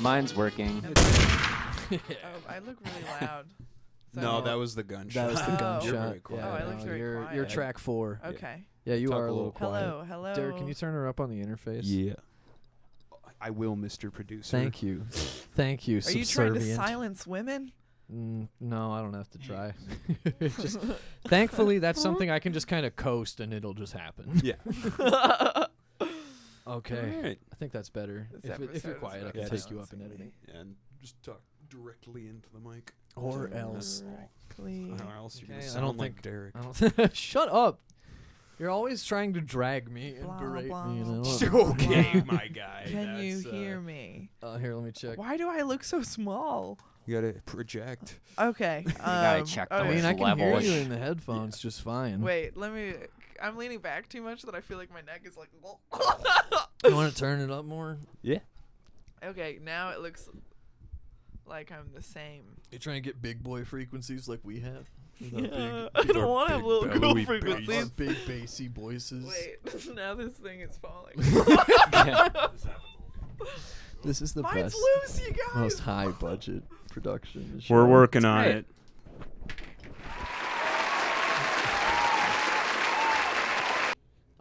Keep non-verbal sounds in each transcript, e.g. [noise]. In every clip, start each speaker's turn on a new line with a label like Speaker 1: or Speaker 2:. Speaker 1: Mine's
Speaker 2: [laughs]
Speaker 1: working.
Speaker 3: [laughs]
Speaker 1: [laughs]
Speaker 3: Oh, I look really loud. So-
Speaker 2: No, that was the gunshot.
Speaker 4: That was the gunshot.
Speaker 2: [laughs] You're very quiet.
Speaker 3: Oh, I looked very
Speaker 4: you're,
Speaker 3: quiet.
Speaker 4: you're track four.
Speaker 3: Okay.
Speaker 4: Yeah, you
Speaker 2: Talk
Speaker 4: are
Speaker 2: a
Speaker 4: a
Speaker 2: little
Speaker 4: little quiet.
Speaker 3: Hello, hello.
Speaker 4: Derek, can you turn her up on the interface?
Speaker 2: Yeah. I will, Mr. Producer. [laughs]
Speaker 4: Thank you. [laughs] Thank you,
Speaker 3: Are you trying
Speaker 4: subservient.
Speaker 3: to
Speaker 4: [laughs]
Speaker 3: silence women?
Speaker 4: Mm, no, I don't have to
Speaker 3: [laughs]
Speaker 4: try. [laughs] Just- thankfully, that's something I can just kind of coast and it'll just
Speaker 2: [laughs]
Speaker 4: happen.
Speaker 2: Yeah.
Speaker 4: Okay.
Speaker 2: All right.
Speaker 4: I think that's better.
Speaker 3: This
Speaker 4: If, it, if
Speaker 3: episode
Speaker 4: you're
Speaker 3: is
Speaker 4: quiet, I
Speaker 3: about
Speaker 4: can
Speaker 2: Yeah,
Speaker 4: take
Speaker 2: just-
Speaker 4: you up in editing.
Speaker 2: And just talk directly into the mic.
Speaker 4: Or else.
Speaker 2: else.
Speaker 3: Directly.
Speaker 2: Or else you're
Speaker 4: Okay,
Speaker 2: gonna
Speaker 4: I
Speaker 2: sound
Speaker 4: don't
Speaker 2: like
Speaker 4: think-
Speaker 2: Derek. [laughs]
Speaker 4: I don't [laughs] Shut up. You're always trying to drag me and
Speaker 3: Blah,
Speaker 4: berate
Speaker 3: blah,
Speaker 4: me.
Speaker 2: [laughs]
Speaker 4: And I
Speaker 3: blah.
Speaker 4: don't-
Speaker 2: okay, my guy.
Speaker 3: Can you
Speaker 2: that's, uh,
Speaker 3: hear me?
Speaker 4: uh, here, let me check.
Speaker 3: Why do I look so small?
Speaker 2: You gotta project.
Speaker 4: [laughs]
Speaker 3: Okay. Um,
Speaker 1: gotta check the
Speaker 4: I
Speaker 3: okay.
Speaker 4: mean, I can hear
Speaker 1: Levelish.
Speaker 4: you in the headphones just fine.
Speaker 3: Wait, let me. I'm leaning back too much that I feel like my neck
Speaker 4: [laughs]
Speaker 3: is like. [laughs]
Speaker 4: You want to turn it up more?
Speaker 3: okay, now it looks like I'm the same.
Speaker 4: You trying to get big boy frequencies like we have?
Speaker 3: Yeah, [laughs] I don't want to have little girl frequencies.
Speaker 4: big bassy voices.
Speaker 3: Wait, [laughs] now this thing
Speaker 4: [laughs]
Speaker 3: is falling. [laughs]
Speaker 4: This is the
Speaker 3: Mine's
Speaker 4: best,
Speaker 3: loose, you guys.
Speaker 4: most high budget production.
Speaker 2: We're working on
Speaker 1: Hey.
Speaker 2: it.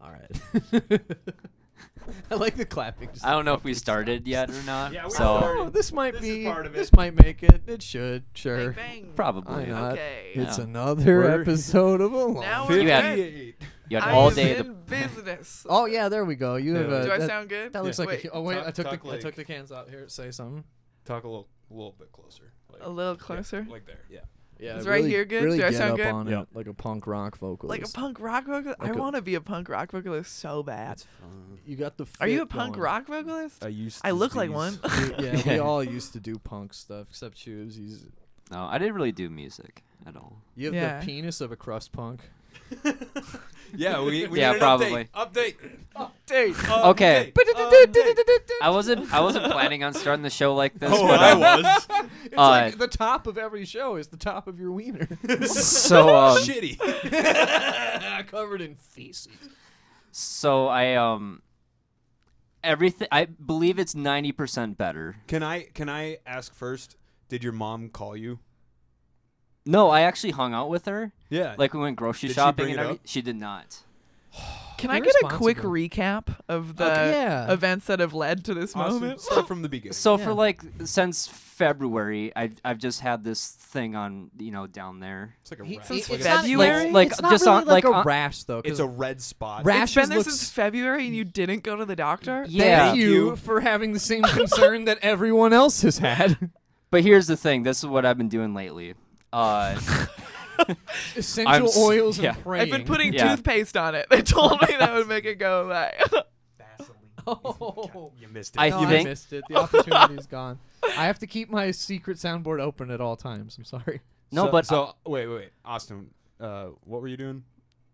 Speaker 4: All right. [laughs] I like the clapping. Just
Speaker 1: I don't know if we started yet or not.
Speaker 2: Yeah, we
Speaker 1: so
Speaker 2: started.
Speaker 4: Oh, this might
Speaker 2: This is
Speaker 4: be.
Speaker 2: part of
Speaker 4: This
Speaker 2: it.
Speaker 4: might make it. It should. Sure.
Speaker 3: Bang, bang.
Speaker 4: Why
Speaker 2: Oh,
Speaker 1: probably.
Speaker 4: not?
Speaker 3: Okay.
Speaker 4: It's
Speaker 1: Yeah.
Speaker 4: another
Speaker 2: We're-
Speaker 4: episode of Alone.
Speaker 3: Now we're
Speaker 1: You had-
Speaker 3: good.
Speaker 1: You had
Speaker 3: I
Speaker 1: all
Speaker 3: am
Speaker 4: [laughs]
Speaker 1: day.
Speaker 3: in
Speaker 1: The,
Speaker 3: business.
Speaker 4: oh yeah, there we go. You have
Speaker 2: Yeah.
Speaker 4: a.
Speaker 3: Do I
Speaker 4: that,
Speaker 3: sound good?
Speaker 4: that looks
Speaker 2: Yeah.
Speaker 4: like.
Speaker 3: Wait,
Speaker 4: a, oh wait,
Speaker 2: Talk-
Speaker 4: I took
Speaker 2: talk
Speaker 4: the I
Speaker 2: like-
Speaker 4: took the cans out here. Say something.
Speaker 2: Talk a little, little bit closer. Like,
Speaker 3: a little closer.
Speaker 2: like there. Yeah.
Speaker 4: Yeah.
Speaker 3: Is right
Speaker 4: really-
Speaker 3: here good?
Speaker 4: Really
Speaker 3: Do I
Speaker 4: get
Speaker 3: sound
Speaker 4: up
Speaker 3: good?
Speaker 4: on
Speaker 2: Yeah.
Speaker 4: it, like a punk rock vocalist.
Speaker 3: Like a punk rock vocalist? I
Speaker 4: Like a-
Speaker 3: want to be a punk rock vocalist so bad.
Speaker 4: You got the.
Speaker 3: Are you
Speaker 4: fit
Speaker 3: a punk
Speaker 4: going.
Speaker 3: rock vocalist?
Speaker 2: Uh, I used.
Speaker 3: I look like one. [laughs]
Speaker 4: We- yeah, we
Speaker 1: Yeah.
Speaker 4: all used to do punk stuff, except Shoes. He's
Speaker 1: no, I didn't really do music at all.
Speaker 4: you have
Speaker 3: Yeah.
Speaker 4: the penis of a crust punk.
Speaker 3: [laughs]
Speaker 2: yeah, we, we
Speaker 1: Yeah,
Speaker 2: need an
Speaker 1: probably.
Speaker 2: Update.
Speaker 3: Oh,
Speaker 4: [laughs]
Speaker 2: Update. Update.
Speaker 4: Oh,
Speaker 2: Um,
Speaker 1: Okay.
Speaker 2: update.
Speaker 1: I wasn't. I wasn't planning on starting the show like this.
Speaker 2: Oh,
Speaker 1: but,
Speaker 2: I
Speaker 1: um,
Speaker 2: was.
Speaker 4: It's
Speaker 1: like
Speaker 4: the top of every show is the top of your
Speaker 3: [laughs]
Speaker 4: wiener. [laughs]
Speaker 1: [laughs]
Speaker 2: [laughs]
Speaker 1: So um,
Speaker 2: Shitty.
Speaker 4: Covered in feces.
Speaker 1: so I um. Everything. I believe it's ninety percent better.
Speaker 2: Can I can I ask first? Did your mom call you?
Speaker 1: No, I actually hung out with her.
Speaker 2: Yeah.
Speaker 1: Like we went grocery
Speaker 2: Did she
Speaker 1: shopping
Speaker 2: bring
Speaker 1: and
Speaker 2: it up?
Speaker 1: everything. She did not.
Speaker 3: Can I get a quick
Speaker 4: Irresponsible.
Speaker 3: recap of the
Speaker 4: Okay, Oh, yeah.
Speaker 3: events that have led to this
Speaker 2: Awesome.
Speaker 3: moment?
Speaker 2: Start from the beginning.
Speaker 1: So
Speaker 4: Yeah.
Speaker 1: for like since February, I've I've just had this thing on you know down there.
Speaker 2: it's like a
Speaker 4: He-
Speaker 2: rash.
Speaker 4: it's
Speaker 2: like
Speaker 4: not
Speaker 2: a-
Speaker 4: like-
Speaker 1: February? like,
Speaker 4: it's not
Speaker 1: just
Speaker 4: really
Speaker 1: on-
Speaker 4: like,
Speaker 1: like
Speaker 4: a
Speaker 1: on-
Speaker 4: rash though. 'cause
Speaker 2: it's a red spot.
Speaker 4: Ra-
Speaker 3: It's been
Speaker 4: Rashes
Speaker 3: there
Speaker 4: looks-
Speaker 3: since February and you didn't go to the doctor?
Speaker 1: Yeah.
Speaker 4: Thank you for having the
Speaker 3: [laughs]
Speaker 4: same concern that everyone else has had.
Speaker 1: But here's the thing. This is what I've been doing lately.
Speaker 4: [laughs]
Speaker 1: Uh,
Speaker 4: Essential
Speaker 1: I'm s-
Speaker 4: oils
Speaker 1: yeah.
Speaker 4: and praying.
Speaker 3: I've been putting
Speaker 1: Yeah.
Speaker 3: toothpaste on it. [laughs] They told me that would make it
Speaker 4: [laughs]
Speaker 3: go away.
Speaker 4: Oh.
Speaker 2: you missed it.
Speaker 1: I
Speaker 4: No, I
Speaker 1: think
Speaker 4: missed it. The opportunity's gone. I have to keep my secret soundboard open at all times. I'm
Speaker 3: [laughs]
Speaker 4: sorry.
Speaker 1: no,
Speaker 2: so,
Speaker 1: but
Speaker 2: so wait, wait, wait, Austin, uh, what were you doing?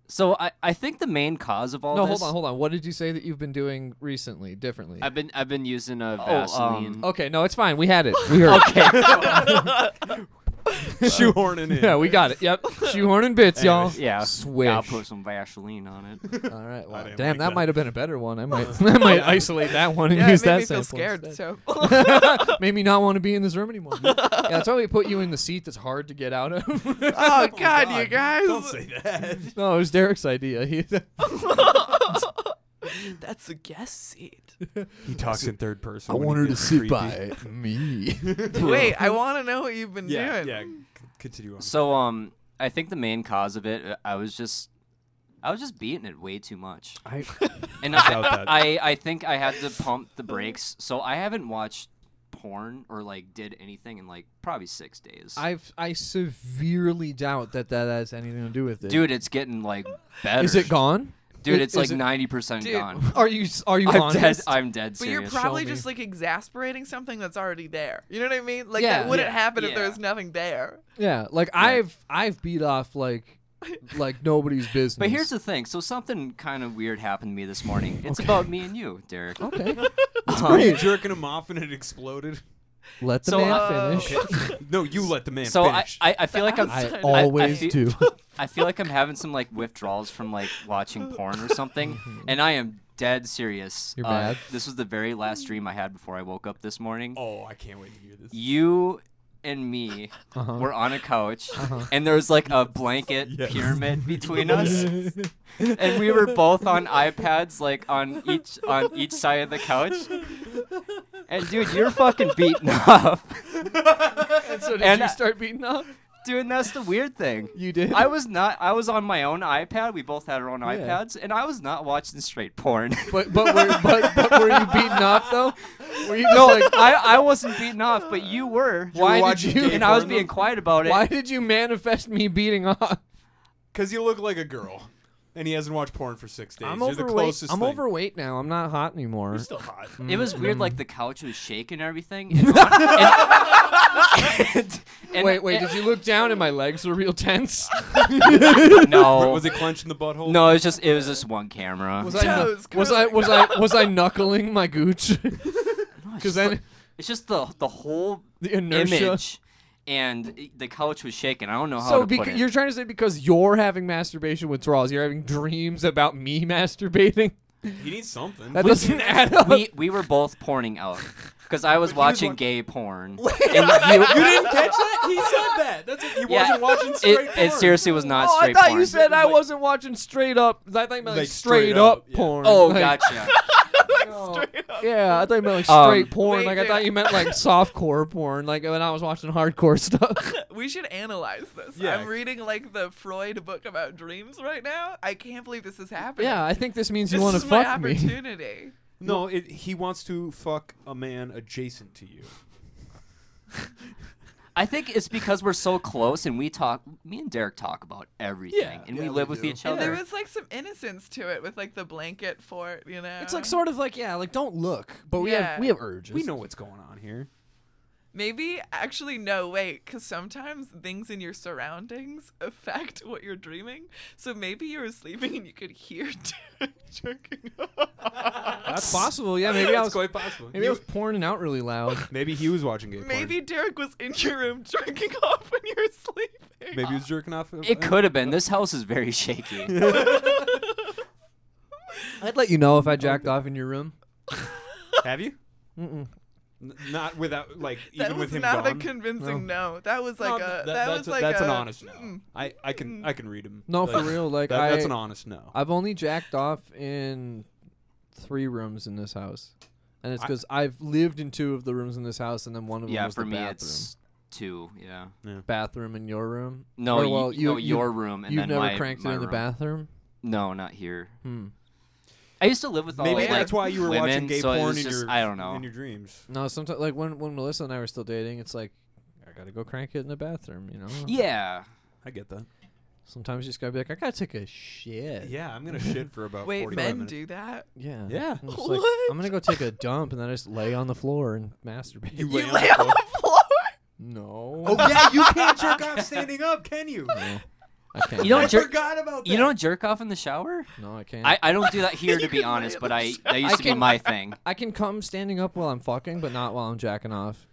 Speaker 1: So I, I think the main cause of all
Speaker 4: No,
Speaker 1: this.
Speaker 4: hold on, hold on. What did you say that you've been doing recently, differently?
Speaker 1: I've been I've been using a
Speaker 4: Oh, um,
Speaker 1: Vaseline.
Speaker 4: okay, no, it's fine. We had it. We
Speaker 1: [laughs]
Speaker 4: heard. okay.
Speaker 2: [laughs]
Speaker 4: [laughs]
Speaker 2: Shoehorning in.
Speaker 4: Yeah, we got it.
Speaker 1: [laughs]
Speaker 4: Yep. Shoehorning bits, y'all.
Speaker 2: Anyways,
Speaker 1: yeah,
Speaker 4: Swish.
Speaker 1: I'll put some Vaseline on it.
Speaker 4: All right. Wow.
Speaker 2: didn't
Speaker 4: Damn, that,
Speaker 2: like that.
Speaker 4: might have been a better one.
Speaker 3: [laughs]
Speaker 4: I might, [laughs] I might isolate that one and
Speaker 3: yeah,
Speaker 4: use
Speaker 3: it made
Speaker 4: that.
Speaker 3: me feel
Speaker 4: sample
Speaker 3: scared.
Speaker 4: instead.
Speaker 3: So [laughs]
Speaker 4: [laughs] made me not want to be in this room anymore. yeah, that's why we put you in the seat that's hard to get out of. [laughs]
Speaker 3: Oh, God, you guys.
Speaker 2: Don't say [laughs] that.
Speaker 4: no, it was Derek's idea. He, [laughs]
Speaker 3: [laughs] That's a guest seat.
Speaker 2: He talks in third person.
Speaker 4: I
Speaker 2: when
Speaker 4: want
Speaker 2: he
Speaker 4: her to
Speaker 2: gets
Speaker 4: sit
Speaker 2: creepy.
Speaker 4: by me.
Speaker 3: [laughs] Wait, I want to know what you've been
Speaker 2: Yeah,
Speaker 3: doing.
Speaker 2: yeah. c- Continue on.
Speaker 1: so um, I think the main cause of it, uh, I was just, I was just beating it way too much,
Speaker 4: I,
Speaker 1: and
Speaker 2: doubt
Speaker 1: I,
Speaker 2: that.
Speaker 1: I I think I had to pump the brakes. So I haven't watched porn or like did anything in like probably six days.
Speaker 4: I've, [laughs] I severely doubt that that has anything to do with it.
Speaker 1: Dude, it's getting like better.
Speaker 4: is it gone?
Speaker 1: Dude,
Speaker 4: i-
Speaker 1: it's like
Speaker 4: is it-
Speaker 1: ninety percent
Speaker 3: Dude,
Speaker 1: gone.
Speaker 4: [laughs] Are you are you
Speaker 1: I'm dead.
Speaker 4: honest?
Speaker 1: I'm dead
Speaker 3: But
Speaker 1: serious.
Speaker 3: you're probably
Speaker 4: me.
Speaker 3: just like exasperating something that's already there. You know what I mean? Like
Speaker 4: Yeah.
Speaker 3: that wouldn't
Speaker 1: Yeah,
Speaker 3: happen if there
Speaker 1: yeah.
Speaker 3: was nothing there.
Speaker 4: Yeah, like I've I've beat off like like nobody's business.
Speaker 1: But here's the thing. So something kind of weird happened to me this morning. It's about me and you, Derek.
Speaker 4: [laughs]
Speaker 1: [laughs]
Speaker 4: okay.
Speaker 2: [laughs] Were [laughs] you jerking him off and it exploded?
Speaker 4: Let the
Speaker 1: Uh-huh. So,
Speaker 4: man
Speaker 3: uh,
Speaker 4: finish.
Speaker 2: No, you let the man
Speaker 1: So I,
Speaker 2: finish.
Speaker 1: I, I feel like I'm
Speaker 4: I
Speaker 3: I-
Speaker 4: always
Speaker 1: I-
Speaker 4: do. [laughs]
Speaker 1: I feel like I'm having some like withdrawals from like watching porn or something, and I am dead serious.
Speaker 4: Mm-hmm. You're
Speaker 1: Uh,
Speaker 4: bad.
Speaker 1: This was the very last dream I had before I woke up this morning.
Speaker 2: Oh, I can't wait to hear this.
Speaker 1: You and me
Speaker 4: [laughs] Uh-huh.
Speaker 1: [laughs] were on a couch, and there was like a blanket
Speaker 2: Yes. [laughs]
Speaker 1: pyramid
Speaker 4: [laughs]
Speaker 1: between us, and we were both on iPads, like on each on each side of the
Speaker 3: [laughs]
Speaker 1: couch. And dude, you're fucking beaten up, [laughs]
Speaker 4: and so did
Speaker 1: And
Speaker 4: you
Speaker 1: I-
Speaker 4: start beating up?
Speaker 1: dude. And that's the weird thing.
Speaker 4: You did.
Speaker 1: I was not. I was on my own iPad. We both had our own
Speaker 4: Yeah.
Speaker 1: iPads, and I was not watching straight porn. [laughs]
Speaker 4: But but were, but but were you beaten off though? Were you just
Speaker 1: no,
Speaker 4: like
Speaker 1: I, I wasn't beaten off, but you were.
Speaker 4: were Why did
Speaker 2: watching
Speaker 4: you-
Speaker 2: gay
Speaker 1: and I was
Speaker 2: porn,
Speaker 1: being quiet about it.
Speaker 4: why did you manifest me beating off?
Speaker 2: Cause you look like a girl, and he hasn't watched porn for six days.
Speaker 4: I'm
Speaker 2: You're the
Speaker 4: overweight.
Speaker 2: closest.
Speaker 4: I'm
Speaker 2: thing.
Speaker 4: overweight now. I'm not hot anymore.
Speaker 2: You're still hot.
Speaker 3: [laughs]
Speaker 1: It was weird,
Speaker 4: Mm.
Speaker 1: like the couch was shaking and everything. And
Speaker 4: [laughs]
Speaker 1: on- and- and-
Speaker 4: wait, wait.
Speaker 1: and-
Speaker 4: Did you look down and my legs were real [laughs] tense? [laughs]
Speaker 1: no,
Speaker 2: Was it clenched in the butthole?
Speaker 1: no, it was just it was just one camera.
Speaker 4: Was
Speaker 1: No,
Speaker 4: I knu-
Speaker 3: Toes
Speaker 4: was I was I was I knuckling my gooch? [laughs]
Speaker 1: it's
Speaker 4: Because
Speaker 1: just
Speaker 4: then
Speaker 1: the- it's just the the whole
Speaker 4: the inertia.
Speaker 1: image, and i- the couch was shaking. I don't know how
Speaker 4: So
Speaker 1: to put
Speaker 4: becau-
Speaker 1: it.
Speaker 4: you're trying to say because you're having masturbation withdrawals, you're having dreams about me [laughs] masturbating.
Speaker 2: He needs something.
Speaker 4: That doesn't add up.
Speaker 2: [laughs]
Speaker 1: we we were both porning out because I was
Speaker 2: But he was
Speaker 1: watching
Speaker 2: wa-
Speaker 1: gay
Speaker 2: [laughs]
Speaker 1: porn. and you,
Speaker 2: didn't catch that?
Speaker 4: [laughs]
Speaker 2: He said that. That's it. He
Speaker 1: Yeah.
Speaker 2: wasn't watching straight
Speaker 1: it, it
Speaker 2: porn.
Speaker 1: seriously was not
Speaker 4: oh, I
Speaker 1: straight
Speaker 4: thought
Speaker 1: porn.
Speaker 4: you said I
Speaker 2: Like-
Speaker 4: wasn't watching straight up. I thought you meant like,
Speaker 2: Like
Speaker 4: straight,
Speaker 2: straight
Speaker 4: up,
Speaker 2: up, yeah.
Speaker 4: porn.
Speaker 1: oh,
Speaker 4: Like,
Speaker 2: [laughs]
Speaker 1: gotcha.
Speaker 4: [laughs] no.
Speaker 3: Straight up.
Speaker 4: Yeah, I thought you meant like
Speaker 1: Um,
Speaker 4: straight porn.
Speaker 3: Wait,
Speaker 4: like I
Speaker 3: dude.
Speaker 4: thought you meant like softcore porn. Like when I was watching hardcore stuff.
Speaker 3: We should analyze this.
Speaker 2: Yeah.
Speaker 3: I'm reading like the Freud book about dreams right now. I can't believe this is happening.
Speaker 4: yeah, I think this means
Speaker 3: this
Speaker 4: you want
Speaker 3: is
Speaker 4: to
Speaker 3: my
Speaker 4: fuck me.
Speaker 2: [laughs]
Speaker 3: opportunity.
Speaker 2: No, it, he wants to fuck a man adjacent to you.
Speaker 1: I think it's because we're so close and we talk. Me and Derek talk about everything,
Speaker 2: Yeah,
Speaker 1: and
Speaker 2: yeah,
Speaker 1: we
Speaker 2: we
Speaker 1: live with
Speaker 2: do.
Speaker 1: each
Speaker 3: And
Speaker 1: other.
Speaker 3: Oh, there was like some innocence to it with like the blanket fort, you know.
Speaker 4: It's like sort of like yeah, like don't look, but we
Speaker 3: Yeah.
Speaker 4: have we have urges.
Speaker 2: We know what's going on here.
Speaker 3: Maybe actually no, wait, because sometimes things in your surroundings [laughs] affect what you're dreaming. So maybe you were sleeping and you could hear [laughs] Derek jerking off.
Speaker 4: that's possible. Yeah,
Speaker 2: [laughs]
Speaker 4: maybe I
Speaker 2: That's
Speaker 4: was
Speaker 2: quite possible.
Speaker 4: maybe I was porning out really loud.
Speaker 2: [laughs] Maybe he was watching gay porn.
Speaker 3: Maybe Derek was in your room jerking [laughs] off when you were sleeping.
Speaker 2: Maybe he was jerking off.
Speaker 1: it could have been. This house is very
Speaker 2: [laughs]
Speaker 1: [laughs] shaky.
Speaker 4: I'd let you know if I jacked off in your room.
Speaker 2: Have you?
Speaker 4: Mm-mm.
Speaker 2: N- not without like
Speaker 3: That
Speaker 2: even
Speaker 3: was
Speaker 2: with him
Speaker 3: not
Speaker 2: gone.
Speaker 3: a convincing no. That was like
Speaker 2: No,
Speaker 3: a that,
Speaker 2: that-
Speaker 3: was
Speaker 2: that's a-
Speaker 3: like
Speaker 2: that's
Speaker 3: a, hmm. mm.
Speaker 2: an honest no.
Speaker 3: mm-mm.
Speaker 2: I, I can I can read him.
Speaker 4: No,
Speaker 2: Like,
Speaker 4: for real. Like
Speaker 2: that-
Speaker 4: I,
Speaker 2: that's an honest no.
Speaker 4: I've only jacked off in three rooms in this house, and it's
Speaker 2: I-
Speaker 4: because I've lived in two of the rooms in this house, and then one of them
Speaker 1: yeah,
Speaker 4: was
Speaker 1: for
Speaker 4: the
Speaker 1: me,
Speaker 4: bathroom.
Speaker 1: it's two. Yeah.
Speaker 4: Bathroom in your room.
Speaker 2: Oh,
Speaker 1: No,
Speaker 4: Or, well,
Speaker 1: you, no,
Speaker 4: you-
Speaker 1: your room and
Speaker 4: You've
Speaker 1: then
Speaker 4: never
Speaker 1: my,
Speaker 4: cranked
Speaker 1: my
Speaker 4: it in the
Speaker 1: room.
Speaker 4: bathroom.
Speaker 1: No, not here.
Speaker 4: Hmm.
Speaker 1: I used to live with all
Speaker 2: Maybe
Speaker 1: like,
Speaker 2: that's why you were
Speaker 1: women,
Speaker 2: watching gay
Speaker 1: so it
Speaker 2: porn
Speaker 1: was
Speaker 2: in
Speaker 1: just-
Speaker 2: your
Speaker 1: I don't know.
Speaker 2: in your dreams.
Speaker 4: No, sometimes like when when Melissa and I were still dating, it's like I gotta go crank it in the bathroom. You know.
Speaker 1: Yeah.
Speaker 2: I get that.
Speaker 4: Sometimes you just gotta be like, I gotta take a shit.
Speaker 2: [laughs] Yeah, I'm gonna shit for about
Speaker 3: Wait,
Speaker 2: 45
Speaker 3: men
Speaker 2: minutes.
Speaker 3: do that?
Speaker 4: Yeah.
Speaker 2: Yeah.
Speaker 4: I'm, just like,
Speaker 3: What?
Speaker 4: I'm gonna go take a dump and then I just lay on the floor and masturbate.
Speaker 2: You
Speaker 3: You
Speaker 2: Lay on
Speaker 3: lay
Speaker 2: the
Speaker 3: on the floor.
Speaker 4: [laughs]
Speaker 2: [laughs]
Speaker 4: no.
Speaker 2: [laughs] Oh yeah, you can't jerk off standing up, can you?
Speaker 4: No, I can't.
Speaker 1: You don't
Speaker 2: I
Speaker 1: jerk-
Speaker 2: forgot about that.
Speaker 1: You don't jerk off in the shower?
Speaker 4: No, I can't.
Speaker 1: I, I don't do that here, to
Speaker 3: You
Speaker 1: be
Speaker 3: can lay
Speaker 1: honest,
Speaker 3: in
Speaker 1: but
Speaker 3: the
Speaker 1: I
Speaker 3: shower.
Speaker 1: that used
Speaker 4: I
Speaker 1: to be
Speaker 4: can-
Speaker 1: my thing.
Speaker 4: I can come standing up while I'm fucking, but not while I'm jacking off.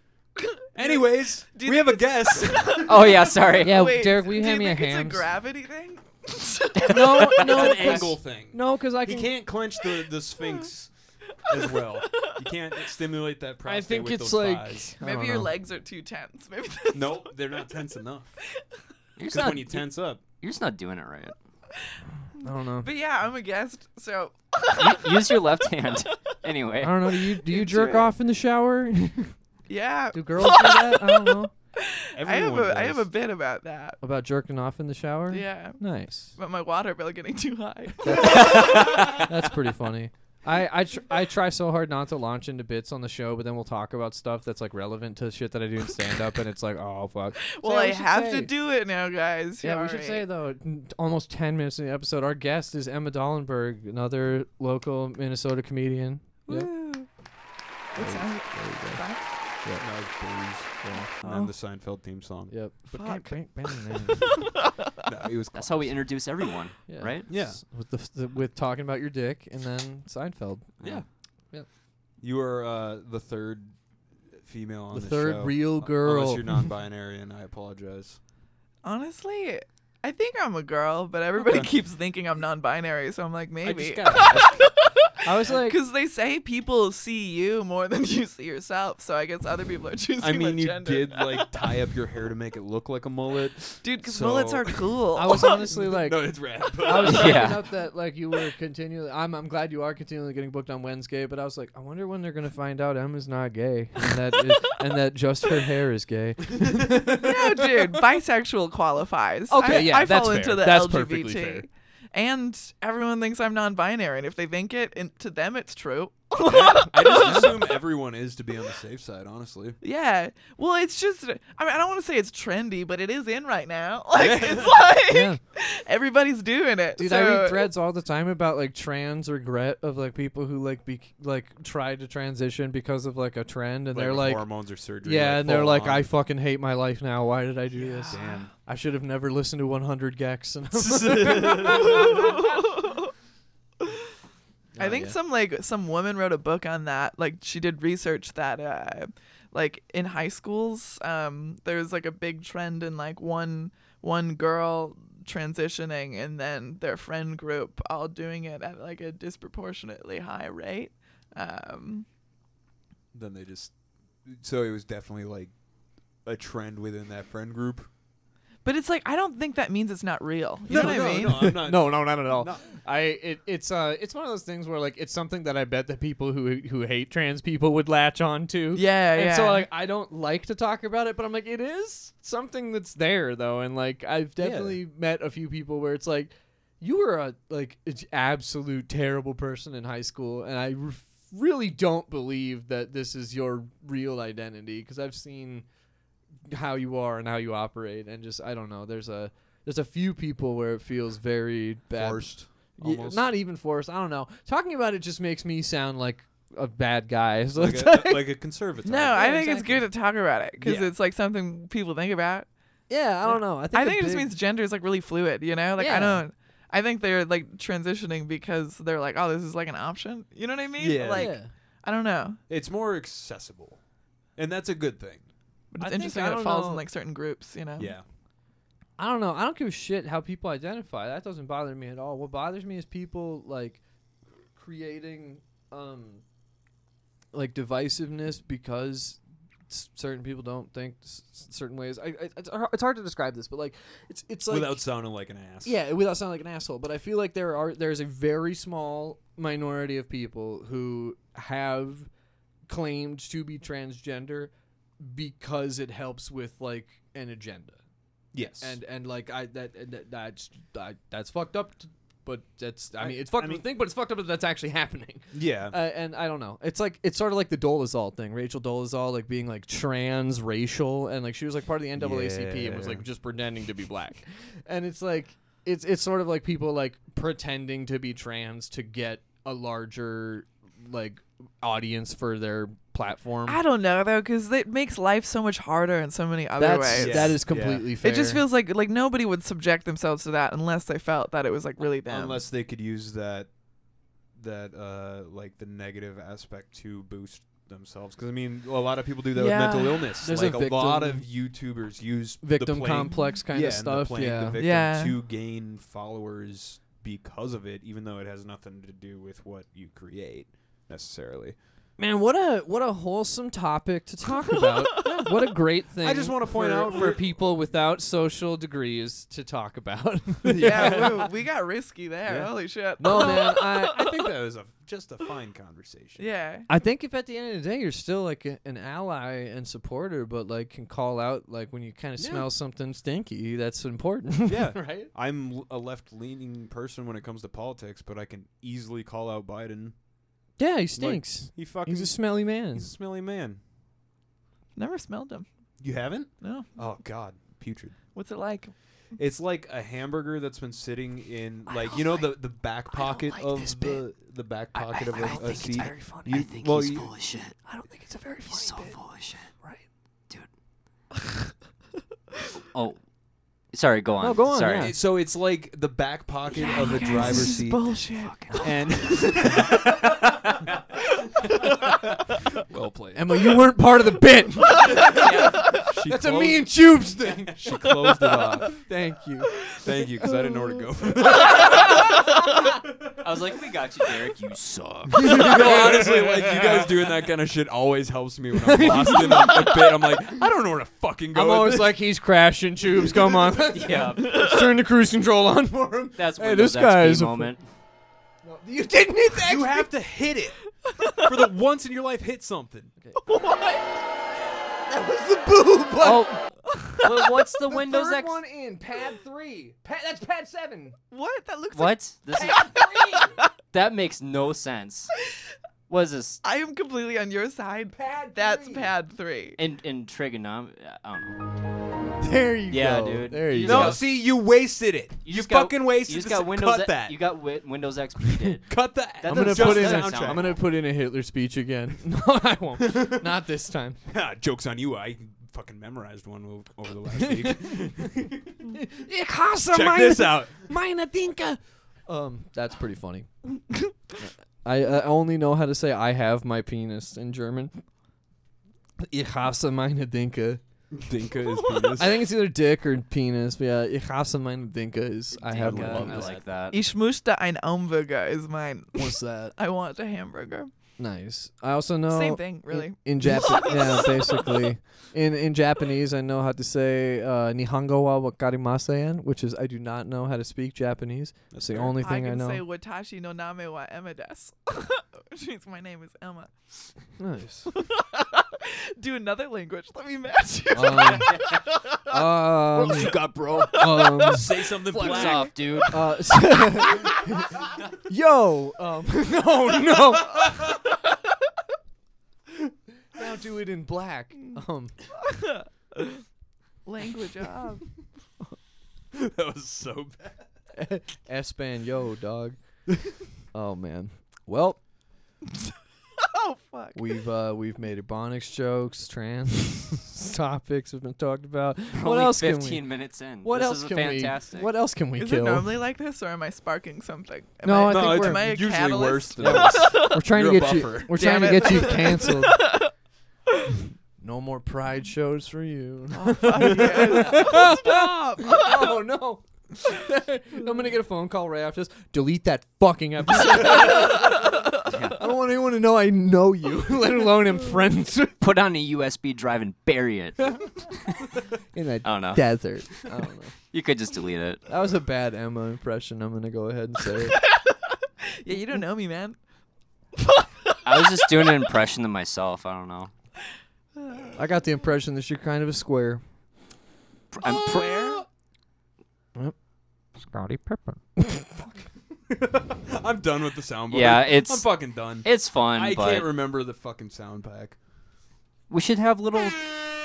Speaker 2: Anyways,
Speaker 3: Do you
Speaker 2: we have a guest.
Speaker 1: [laughs]
Speaker 3: [laughs]
Speaker 1: Oh, yeah, sorry.
Speaker 4: Yeah,
Speaker 3: Wait,
Speaker 4: Derek, will you
Speaker 3: do
Speaker 4: hand me a
Speaker 3: think it's
Speaker 4: hams?
Speaker 3: a gravity thing?
Speaker 4: [laughs] No,
Speaker 2: [laughs]
Speaker 4: no,
Speaker 2: it's an
Speaker 4: 'cause-
Speaker 2: angle thing.
Speaker 4: No, because I
Speaker 2: You
Speaker 4: can.
Speaker 2: [laughs] can't clench the, the sphinx as well. You can't stimulate that
Speaker 4: I
Speaker 2: prostate
Speaker 4: think
Speaker 2: with
Speaker 4: it's
Speaker 2: those
Speaker 4: like.
Speaker 2: thighs.
Speaker 4: I
Speaker 3: Maybe
Speaker 4: don't
Speaker 3: your
Speaker 4: know.
Speaker 3: legs are
Speaker 4: [laughs]
Speaker 3: too tense. Maybe that's
Speaker 2: No, they're not tense enough.
Speaker 1: You're
Speaker 2: Because
Speaker 1: just, not,
Speaker 2: when you tense up,
Speaker 1: you're just not doing it right.
Speaker 4: I don't
Speaker 3: [laughs]
Speaker 4: know.
Speaker 3: But yeah, I'm a guest, so
Speaker 1: U- Use your left hand. [laughs] Anyway.
Speaker 4: I don't know. Do you do you
Speaker 1: You
Speaker 4: jerk
Speaker 1: do it.
Speaker 4: off in the shower? [laughs]
Speaker 3: yeah.
Speaker 4: do girls do that? I don't know
Speaker 3: I have
Speaker 2: everyone
Speaker 3: a I have a
Speaker 2: does.
Speaker 3: bit about that.
Speaker 4: about jerking off in the shower.
Speaker 3: Yeah.
Speaker 4: Nice.
Speaker 3: About my water bill getting
Speaker 4: [laughs]
Speaker 3: too high. [laughs]
Speaker 4: That's pretty funny. I I, tr- I try so hard not to launch into bits on the show, but then we'll talk about stuff that's like relevant to shit that I do in stand up, and it's like, oh [laughs] fuck.
Speaker 3: well,
Speaker 4: Say,
Speaker 3: I
Speaker 4: we should
Speaker 3: have to
Speaker 4: say-
Speaker 3: do it now, guys.
Speaker 4: Yeah, we should say
Speaker 3: Sorry.
Speaker 4: though, n- almost ten minutes in the episode, our guest is Emma Dahlenberg, another local Minnesota comedian. Yep.
Speaker 3: Woo. What's that? Fuck.
Speaker 2: No, it's blues.
Speaker 4: Yeah.
Speaker 2: And then the Seinfeld theme song.
Speaker 4: Yep. But
Speaker 3: Fuck.
Speaker 4: bang, bang, bang,
Speaker 2: No, it was
Speaker 1: That's how we introduce everyone,
Speaker 4: [laughs]
Speaker 3: [laughs]
Speaker 4: Yeah.
Speaker 1: right?
Speaker 2: Yeah.
Speaker 4: S- With the, f- the with talking about your dick and then Seinfeld.
Speaker 2: Yeah.
Speaker 4: Yeah.
Speaker 2: You are uh, the third female on
Speaker 4: The
Speaker 2: this
Speaker 4: third
Speaker 2: show.
Speaker 4: real
Speaker 2: Un-
Speaker 4: girl.
Speaker 2: Unless you're non-binary, and I apologize.
Speaker 3: Honestly, I think I'm a girl, but everybody keeps thinking I'm non-binary, so I'm like
Speaker 2: I
Speaker 3: maybe.
Speaker 2: just gotta,
Speaker 4: I [laughs] was like,
Speaker 3: Because they say people see you more than [laughs] you see yourself, so I guess other people are [laughs] choosing.
Speaker 2: I mean,
Speaker 3: the
Speaker 2: you
Speaker 3: gender.
Speaker 2: did like tie up your hair to make it look like a mullet.
Speaker 3: dude, because mullets
Speaker 2: so-
Speaker 3: are cool.
Speaker 4: I was
Speaker 3: [laughs]
Speaker 4: honestly like,
Speaker 2: no, it's rap.
Speaker 4: I was
Speaker 1: Yeah.
Speaker 4: thinking up that like you were continually. I'm I'm glad you are continually getting booked on Wednesday, but I was like, I wonder when they're gonna find out Emma's not gay and that it- and that just her hair is gay.
Speaker 3: no, dude, bisexual qualifies.
Speaker 4: Okay,
Speaker 3: I,
Speaker 4: yeah,
Speaker 3: I
Speaker 4: that's
Speaker 3: fall
Speaker 4: fair.
Speaker 3: into the
Speaker 4: That's
Speaker 3: LGBT.
Speaker 4: perfectly fair.
Speaker 3: And everyone thinks I'm non-binary, and if they think it, and to them it's true.
Speaker 2: I just assume everyone is to be on the safe side, honestly.
Speaker 3: yeah. Well, it's just. I mean, I don't want to say it's trendy, but it is in right now. [laughs] Like it's
Speaker 4: [laughs]
Speaker 3: like
Speaker 4: Yeah.
Speaker 3: everybody's doing it.
Speaker 4: Dude,
Speaker 3: so,
Speaker 4: I read threads all the time about like trans regret of like people who like be like tried to transition because of like a trend, and they're
Speaker 2: with
Speaker 4: like,
Speaker 2: hormones or surgery.
Speaker 4: yeah, and they're
Speaker 2: full
Speaker 4: like,
Speaker 2: on.
Speaker 4: I fucking hate my life now. Why did I do this?
Speaker 2: Damn.
Speaker 4: I should have never listened to 100
Speaker 2: [laughs]
Speaker 4: Gex. [laughs] And
Speaker 3: [laughs]
Speaker 2: Oh,
Speaker 4: Oh,
Speaker 3: I think some like some woman wrote a book on that. Like she did research that uh like in high schools, um there was like a big trend in like one one girl transitioning and then their friend group all doing it at like a disproportionately high rate. Um
Speaker 2: Then they just. So it was definitely like a trend within that friend group.
Speaker 3: but it's like I don't think that means it's not real. You know what I mean?
Speaker 2: I'm not.
Speaker 4: no, no, not at all.
Speaker 2: No.
Speaker 4: I it, it's uh it's one of those things where like it's something that I bet that people who who hate trans people would latch on to.
Speaker 3: Yeah,
Speaker 4: And
Speaker 3: yeah.
Speaker 4: so like I don't like to talk about it, but I'm like it is something that's there though, and like I've definitely met a few people where it's like you were a like an absolute terrible person in high school, and I r- really don't believe that this is your real identity because I've seen how you are and how you operate, and just I don't know. There's a there's a few people where it feels very bad.
Speaker 2: Forced.
Speaker 4: Yeah,
Speaker 2: Almost.
Speaker 4: not even forced. I don't know. Talking about it just makes me sound like a bad guy. [laughs] So
Speaker 2: like
Speaker 4: it's
Speaker 3: [laughs]
Speaker 2: a,
Speaker 4: like-
Speaker 2: like a conservative.
Speaker 3: no, I think
Speaker 4: exactly.
Speaker 3: it's good to talk about it because
Speaker 2: Yeah.
Speaker 3: it's like something people think about.
Speaker 4: yeah, I don't know. I think,
Speaker 3: I
Speaker 4: a
Speaker 3: think it just
Speaker 4: big- [laughs]
Speaker 3: means gender is like really fluid, you know? Like
Speaker 4: Yeah.
Speaker 3: I don't I think they're like transitioning because they're like, oh, this is like an option. You know what I mean?
Speaker 2: Yeah.
Speaker 3: Like
Speaker 4: Yeah.
Speaker 3: I don't know.
Speaker 2: It's more accessible, and that's a good thing.
Speaker 4: I
Speaker 3: But it's
Speaker 4: think-
Speaker 3: interesting
Speaker 4: I
Speaker 3: that
Speaker 4: don't
Speaker 3: it falls in
Speaker 4: know.
Speaker 3: like certain groups, you know?
Speaker 2: Yeah.
Speaker 4: I don't know. I don't give a shit how people identify. That doesn't bother me at all. What bothers me is people like creating um like divisiveness because s- certain people don't think s- s- certain ways. I, I it's, har- it's hard to describe this, but like it's it's like
Speaker 2: Without sounding like an ass.
Speaker 4: yeah, without sounding like an asshole, but I feel like there are there's a very small minority of people who have claimed to be transgender because it helps with like an agenda
Speaker 2: Yes.
Speaker 4: and and like I that, and that that's I, that's fucked up. t- But that's I mean it's
Speaker 2: I
Speaker 4: fucked up
Speaker 2: mean-
Speaker 4: to think, but it's fucked up that that's actually happening.
Speaker 2: yeah.
Speaker 4: Uh, and I don't know. It's like it's sort of like the Dolezal thing. Rachel Dolezal like being like transracial and like she was like part of the NAACP and was
Speaker 2: Yeah.
Speaker 4: like just pretending to be black.
Speaker 2: [laughs]
Speaker 4: and it's like it's it's sort of like people like pretending to be trans to get a larger like audience for their platform.
Speaker 3: I don't know though, because it makes life so much harder in so many other
Speaker 4: that's
Speaker 3: ways.
Speaker 2: Yeah.
Speaker 4: that is completely fair.
Speaker 3: It just feels like like nobody would subject themselves to that unless they felt that it was like really
Speaker 4: Um,
Speaker 3: them.
Speaker 2: Unless they could use that, that uh, like the negative aspect to boost themselves. Because I mean, a lot of people do that
Speaker 3: Yeah.
Speaker 2: with mental illness.
Speaker 4: There's a
Speaker 2: like lot of
Speaker 4: victim-
Speaker 2: YouTubers use the
Speaker 4: victim
Speaker 2: playing-
Speaker 4: complex kind
Speaker 2: yeah,
Speaker 4: of
Speaker 2: and the
Speaker 4: stuff.
Speaker 2: playing
Speaker 4: yeah.
Speaker 2: the victim
Speaker 3: Yeah.
Speaker 2: to gain followers because of it, even though it has nothing to do with what you create necessarily.
Speaker 4: Man, what a what a wholesome topic to talk [laughs] about. what a great thing.
Speaker 2: I just wanna point
Speaker 4: for-
Speaker 2: out
Speaker 4: for
Speaker 2: we're-
Speaker 4: people without social degrees to talk about.
Speaker 3: [laughs]
Speaker 4: [laughs]
Speaker 3: yeah, we, we got risky there.
Speaker 2: Yeah.
Speaker 3: Holy shit.
Speaker 4: no man, I
Speaker 2: I think that was a just a fine conversation.
Speaker 3: yeah.
Speaker 4: I think if at the end of the day you're still like a, an ally and supporter, but like can call out like when you kind of
Speaker 2: Yeah.
Speaker 4: smell something stinky, that's important. [laughs]
Speaker 2: [laughs] Yeah.
Speaker 4: right.
Speaker 2: I'm l- a left-leaning person when it comes to politics, but I can easily call out Biden.
Speaker 4: Yeah, he stinks.
Speaker 2: He fucking
Speaker 4: He's a smelly man.
Speaker 2: He's a smelly man.
Speaker 3: Never smelled them.
Speaker 2: You haven't?
Speaker 3: No.
Speaker 2: Oh God, putrid.
Speaker 3: What's it like?
Speaker 2: It's like a hamburger that's been sitting in like you know the the back pocket
Speaker 5: like this
Speaker 2: of
Speaker 5: bit.
Speaker 2: the the
Speaker 1: [laughs]
Speaker 2: back pocket of a, a
Speaker 5: think
Speaker 2: seat.
Speaker 5: It's very funny.
Speaker 2: You-
Speaker 5: I think
Speaker 2: well,
Speaker 5: he's
Speaker 2: you-
Speaker 5: full of shit. I don't think it's a very funny. He's so full of shit, right?
Speaker 1: Oh, sorry. Go on.
Speaker 4: No, go on,
Speaker 1: Sorry.
Speaker 4: yeah.
Speaker 2: So it's like the back pocket of a driver's
Speaker 3: This is
Speaker 2: seat.
Speaker 3: bullshit.
Speaker 5: [laughs]
Speaker 2: and [laughs] well played.
Speaker 4: [laughs] Emma, you weren't part of the bit.
Speaker 2: She
Speaker 4: That's a
Speaker 2: closed,
Speaker 4: me and Tubes [laughs] thing.
Speaker 2: She closed it off.
Speaker 4: Thank you.
Speaker 2: Thank you, because I didn't know where to
Speaker 5: [laughs]
Speaker 2: go. From that.
Speaker 1: I was like, we got you, Derek. [laughs] You suck.
Speaker 2: [laughs]
Speaker 1: [laughs]
Speaker 2: no, honestly, like you guys doing that kind of shit always helps me when I'm lost in a, a bit. I'm like, I don't know where to fucking go.
Speaker 4: I'm
Speaker 2: with
Speaker 4: always
Speaker 2: this.
Speaker 4: like, he's crashing, Tubes. Come [laughs] on.
Speaker 1: yeah,
Speaker 4: Let's turn the cruise control on for him.
Speaker 1: that's
Speaker 4: Hey,
Speaker 1: Windows
Speaker 4: this
Speaker 1: XP
Speaker 4: guy is a-
Speaker 1: moment.
Speaker 4: You didn't need that.
Speaker 2: [laughs]
Speaker 4: [laughs]
Speaker 2: you have to hit it for the once in your life. Hit something.
Speaker 4: That was the boob.
Speaker 1: [laughs] oh, well, what's the Windows
Speaker 4: third
Speaker 1: X?
Speaker 4: one in pad three. Pad, that's pad seven.
Speaker 3: What? That looks like.
Speaker 1: What? This is, that makes no sense. What is this?
Speaker 3: I am completely on your side.
Speaker 4: Pad
Speaker 3: That's
Speaker 4: three.
Speaker 3: pad three.
Speaker 1: In in trigonometry, I don't know.
Speaker 4: [laughs] There you
Speaker 1: Yeah,
Speaker 4: go.
Speaker 1: dude.
Speaker 4: There you
Speaker 1: You
Speaker 4: go.
Speaker 1: just
Speaker 2: see, you wasted it.
Speaker 1: You just got- You just
Speaker 2: this-
Speaker 1: got Windows. X- You got wi- Windows XP. Did.
Speaker 2: Cut that.
Speaker 1: That
Speaker 4: I'm
Speaker 1: doesn't
Speaker 4: gonna
Speaker 1: sound-
Speaker 4: put in.
Speaker 1: that
Speaker 4: A,
Speaker 1: doesn't sound
Speaker 4: I'm gonna put in a Hitler speech again. [laughs] No, I won't.
Speaker 2: [laughs]
Speaker 4: Not this [laughs] time.
Speaker 2: Ah, jokes on you. I fucking memorized one o- over the last
Speaker 1: [laughs]
Speaker 2: week.
Speaker 4: Ich hasse
Speaker 2: Check this out.
Speaker 4: Meine Dinka. Um, that's pretty funny. [laughs] I, I only know how to say I have my penis in German. [laughs] Ich hasse meine Dinka.
Speaker 2: Dinka is
Speaker 1: [laughs]
Speaker 2: penis.
Speaker 4: I think it's either dick or penis, but yeah, ich hasse meine Dinka is I have
Speaker 1: Dinka,
Speaker 4: my
Speaker 1: [laughs] I
Speaker 4: penis.
Speaker 1: like that.
Speaker 3: Ich möchte ein Hamburger is mine.
Speaker 4: What's that?
Speaker 3: I want a hamburger.
Speaker 4: Nice. I also know
Speaker 3: Same thing, really.
Speaker 4: In, in Japanese, yeah, basically. In in Japanese, I know how to say uh, Nihongo wa wakarimasen, which is I do not know how to speak Japanese. That's the only thing I,
Speaker 3: can
Speaker 4: know.
Speaker 3: say Watashi no name wa Emma desu. [laughs] Which means my name is Emma. [laughs]
Speaker 4: nice.
Speaker 3: Do another language. Let me match
Speaker 4: [laughs]
Speaker 3: you.
Speaker 4: Um, um,
Speaker 2: you got, bro?
Speaker 4: um,
Speaker 2: Say something
Speaker 1: Flips
Speaker 2: black.
Speaker 1: off, dude.
Speaker 4: uh, [laughs] yo, um, [laughs] no, no. now do it in black.
Speaker 3: Mm.
Speaker 4: Um,
Speaker 3: language of.
Speaker 2: That was so bad.
Speaker 4: Espanol, dog. Oh man. Well,
Speaker 3: [laughs] Oh, fuck.
Speaker 4: we've uh, we've made ebonics jokes, trans topics have been talked about. What
Speaker 1: Only
Speaker 4: else can
Speaker 1: 15
Speaker 4: we?
Speaker 1: minutes in.
Speaker 4: What
Speaker 1: this
Speaker 4: else
Speaker 1: is
Speaker 4: can
Speaker 1: fantastic.
Speaker 4: we? What else can we
Speaker 3: Is it
Speaker 4: kill?
Speaker 3: normally like this, or am I sparking something? Am
Speaker 4: No, I
Speaker 3: I,
Speaker 4: think
Speaker 2: No,
Speaker 4: we're-
Speaker 2: it's
Speaker 3: Am I a
Speaker 2: usually
Speaker 3: catalyst?
Speaker 2: worse than
Speaker 3: [laughs]
Speaker 2: this.
Speaker 4: We're trying to
Speaker 2: You're a
Speaker 4: get you.
Speaker 2: buffer.
Speaker 4: We're
Speaker 3: Damn
Speaker 4: trying to
Speaker 3: it.
Speaker 4: get you canceled. no more pride shows for
Speaker 1: [laughs]
Speaker 4: you. [laughs]
Speaker 2: [laughs]
Speaker 3: Yes. Oh, Stop. [laughs]
Speaker 4: oh no! [laughs] I'm gonna get a phone call right after this. Delete that fucking episode. I don't want anyone to know I know you, [laughs] let alone am friends.
Speaker 1: Put on a USB drive and bury
Speaker 4: [laughs]
Speaker 1: it. I
Speaker 4: In a
Speaker 1: don't know.
Speaker 4: desert. I don't know.
Speaker 1: You could just delete it.
Speaker 4: That was a bad Emma impression. I'm gonna go ahead and say it.
Speaker 3: Yeah, you don't know me, man.
Speaker 1: I was just doing an impression of myself. I don't know.
Speaker 4: I got the impression that you're kind of a square.
Speaker 1: Pr- I'm
Speaker 4: Oh.
Speaker 1: prayer.
Speaker 2: I'm done with the soundboard.
Speaker 1: Yeah, it's-
Speaker 2: I'm fucking done.
Speaker 1: It's fun,
Speaker 2: I
Speaker 1: but
Speaker 2: can't remember the fucking sound pack.
Speaker 1: we should have little.
Speaker 2: There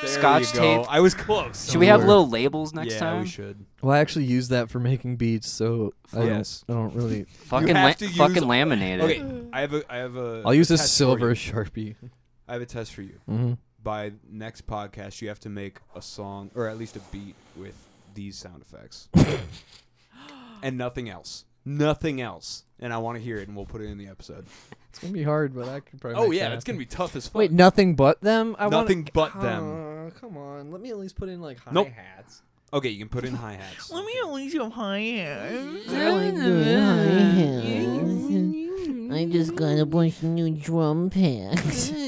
Speaker 1: Scotch
Speaker 2: you go.
Speaker 1: tape.
Speaker 2: I was close.
Speaker 1: Should we have
Speaker 4: Somewhere.
Speaker 1: little labels next
Speaker 2: yeah,
Speaker 1: time?
Speaker 2: we should.
Speaker 4: Well, I actually use that for making beats, so I
Speaker 2: Yes.
Speaker 4: don't. I don't
Speaker 2: [laughs]
Speaker 4: really.
Speaker 1: Fucking,
Speaker 2: You
Speaker 1: la-
Speaker 2: have to use-
Speaker 1: fucking laminate it.
Speaker 2: Okay, I have a. I have a.
Speaker 4: I'll use
Speaker 2: a
Speaker 4: a
Speaker 2: test for
Speaker 4: silver
Speaker 2: you.
Speaker 4: sharpie.
Speaker 2: I have a test for you.
Speaker 4: hmm
Speaker 2: By next podcast, you have to make a song or at least a beat with these
Speaker 4: [laughs]
Speaker 2: sound effects, and nothing else. Nothing else. And I want to hear it, and we'll put it in the episode.
Speaker 4: It's gonna be hard, but I can probably.
Speaker 2: Oh
Speaker 4: make
Speaker 2: yeah,
Speaker 4: that
Speaker 2: it's gonna
Speaker 4: happen.
Speaker 2: be tough as fuck.
Speaker 4: Wait, nothing but them. I wanna-
Speaker 2: Nothing but them.
Speaker 4: Uh, come on, let me at least put in like hi
Speaker 2: Nope.
Speaker 4: hats.
Speaker 2: Okay, you can put in hi hats.
Speaker 3: Let me at least have high hands.
Speaker 6: I just got a bunch of new drum packs.
Speaker 4: I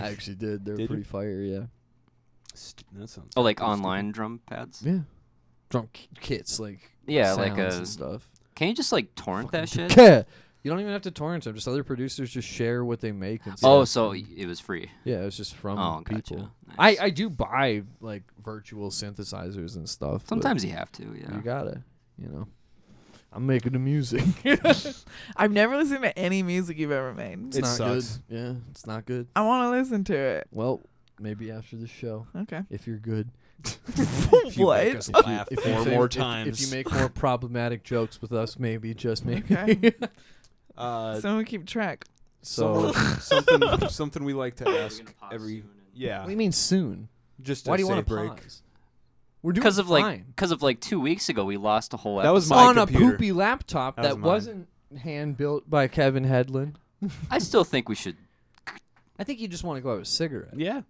Speaker 4: actually did. They're
Speaker 2: Did you?
Speaker 4: pretty fire. Yeah.
Speaker 2: St- That
Speaker 4: [laughs]
Speaker 2: sounds.
Speaker 1: Oh, like online drum pads?
Speaker 4: Yeah. Drum k- kits like
Speaker 1: Yeah, like
Speaker 4: sounds
Speaker 1: a.
Speaker 4: and stuff.
Speaker 1: Can you just like torrent that
Speaker 4: [laughs]
Speaker 1: shit?
Speaker 4: Yeah. You don't even have to torrent them. Just other producers just share what they make. And
Speaker 1: Oh,
Speaker 4: stuff.
Speaker 1: so y- it was free.
Speaker 4: yeah, it's just from
Speaker 1: Oh, gotcha.
Speaker 4: people.
Speaker 1: Nice.
Speaker 4: I I do buy like virtual synthesizers and stuff. but
Speaker 1: Sometimes you have to, yeah.
Speaker 4: you gotta, you know. I'm making the music.
Speaker 3: I've never listened to any music you've ever made.
Speaker 4: It's
Speaker 2: It
Speaker 4: not
Speaker 2: sucks.
Speaker 4: good. Yeah, it's not good.
Speaker 3: I want to listen to it.
Speaker 4: Well, maybe after the show,
Speaker 3: Okay.
Speaker 4: if you're good.
Speaker 2: If you make
Speaker 3: what?
Speaker 2: us laugh
Speaker 4: [laughs] If you
Speaker 2: four
Speaker 4: say-
Speaker 2: more
Speaker 4: if-
Speaker 2: times.
Speaker 4: If, you make
Speaker 2: [laughs]
Speaker 4: more problematic jokes with us, maybe just maybe.
Speaker 3: Okay.
Speaker 2: uh,
Speaker 3: Someone keep track.
Speaker 4: [laughs]
Speaker 2: [laughs]
Speaker 1: [laughs]
Speaker 4: so. [laughs]
Speaker 2: something something we like to ask every yeah
Speaker 4: What do you mean soon?
Speaker 2: just
Speaker 4: Why do you
Speaker 2: want to
Speaker 4: break?
Speaker 2: break
Speaker 4: We're doing
Speaker 1: Because of like,
Speaker 4: fine.
Speaker 1: because of like two weeks ago, we lost a whole.
Speaker 2: That was
Speaker 1: episode.
Speaker 2: my
Speaker 4: on a
Speaker 2: computer.
Speaker 4: poopy laptop
Speaker 2: That
Speaker 4: that,
Speaker 2: was
Speaker 4: wasn't hand built by Kevin Hedlund.
Speaker 1: I still think we should.
Speaker 4: I think you just want to go out with a cigarette.
Speaker 2: yeah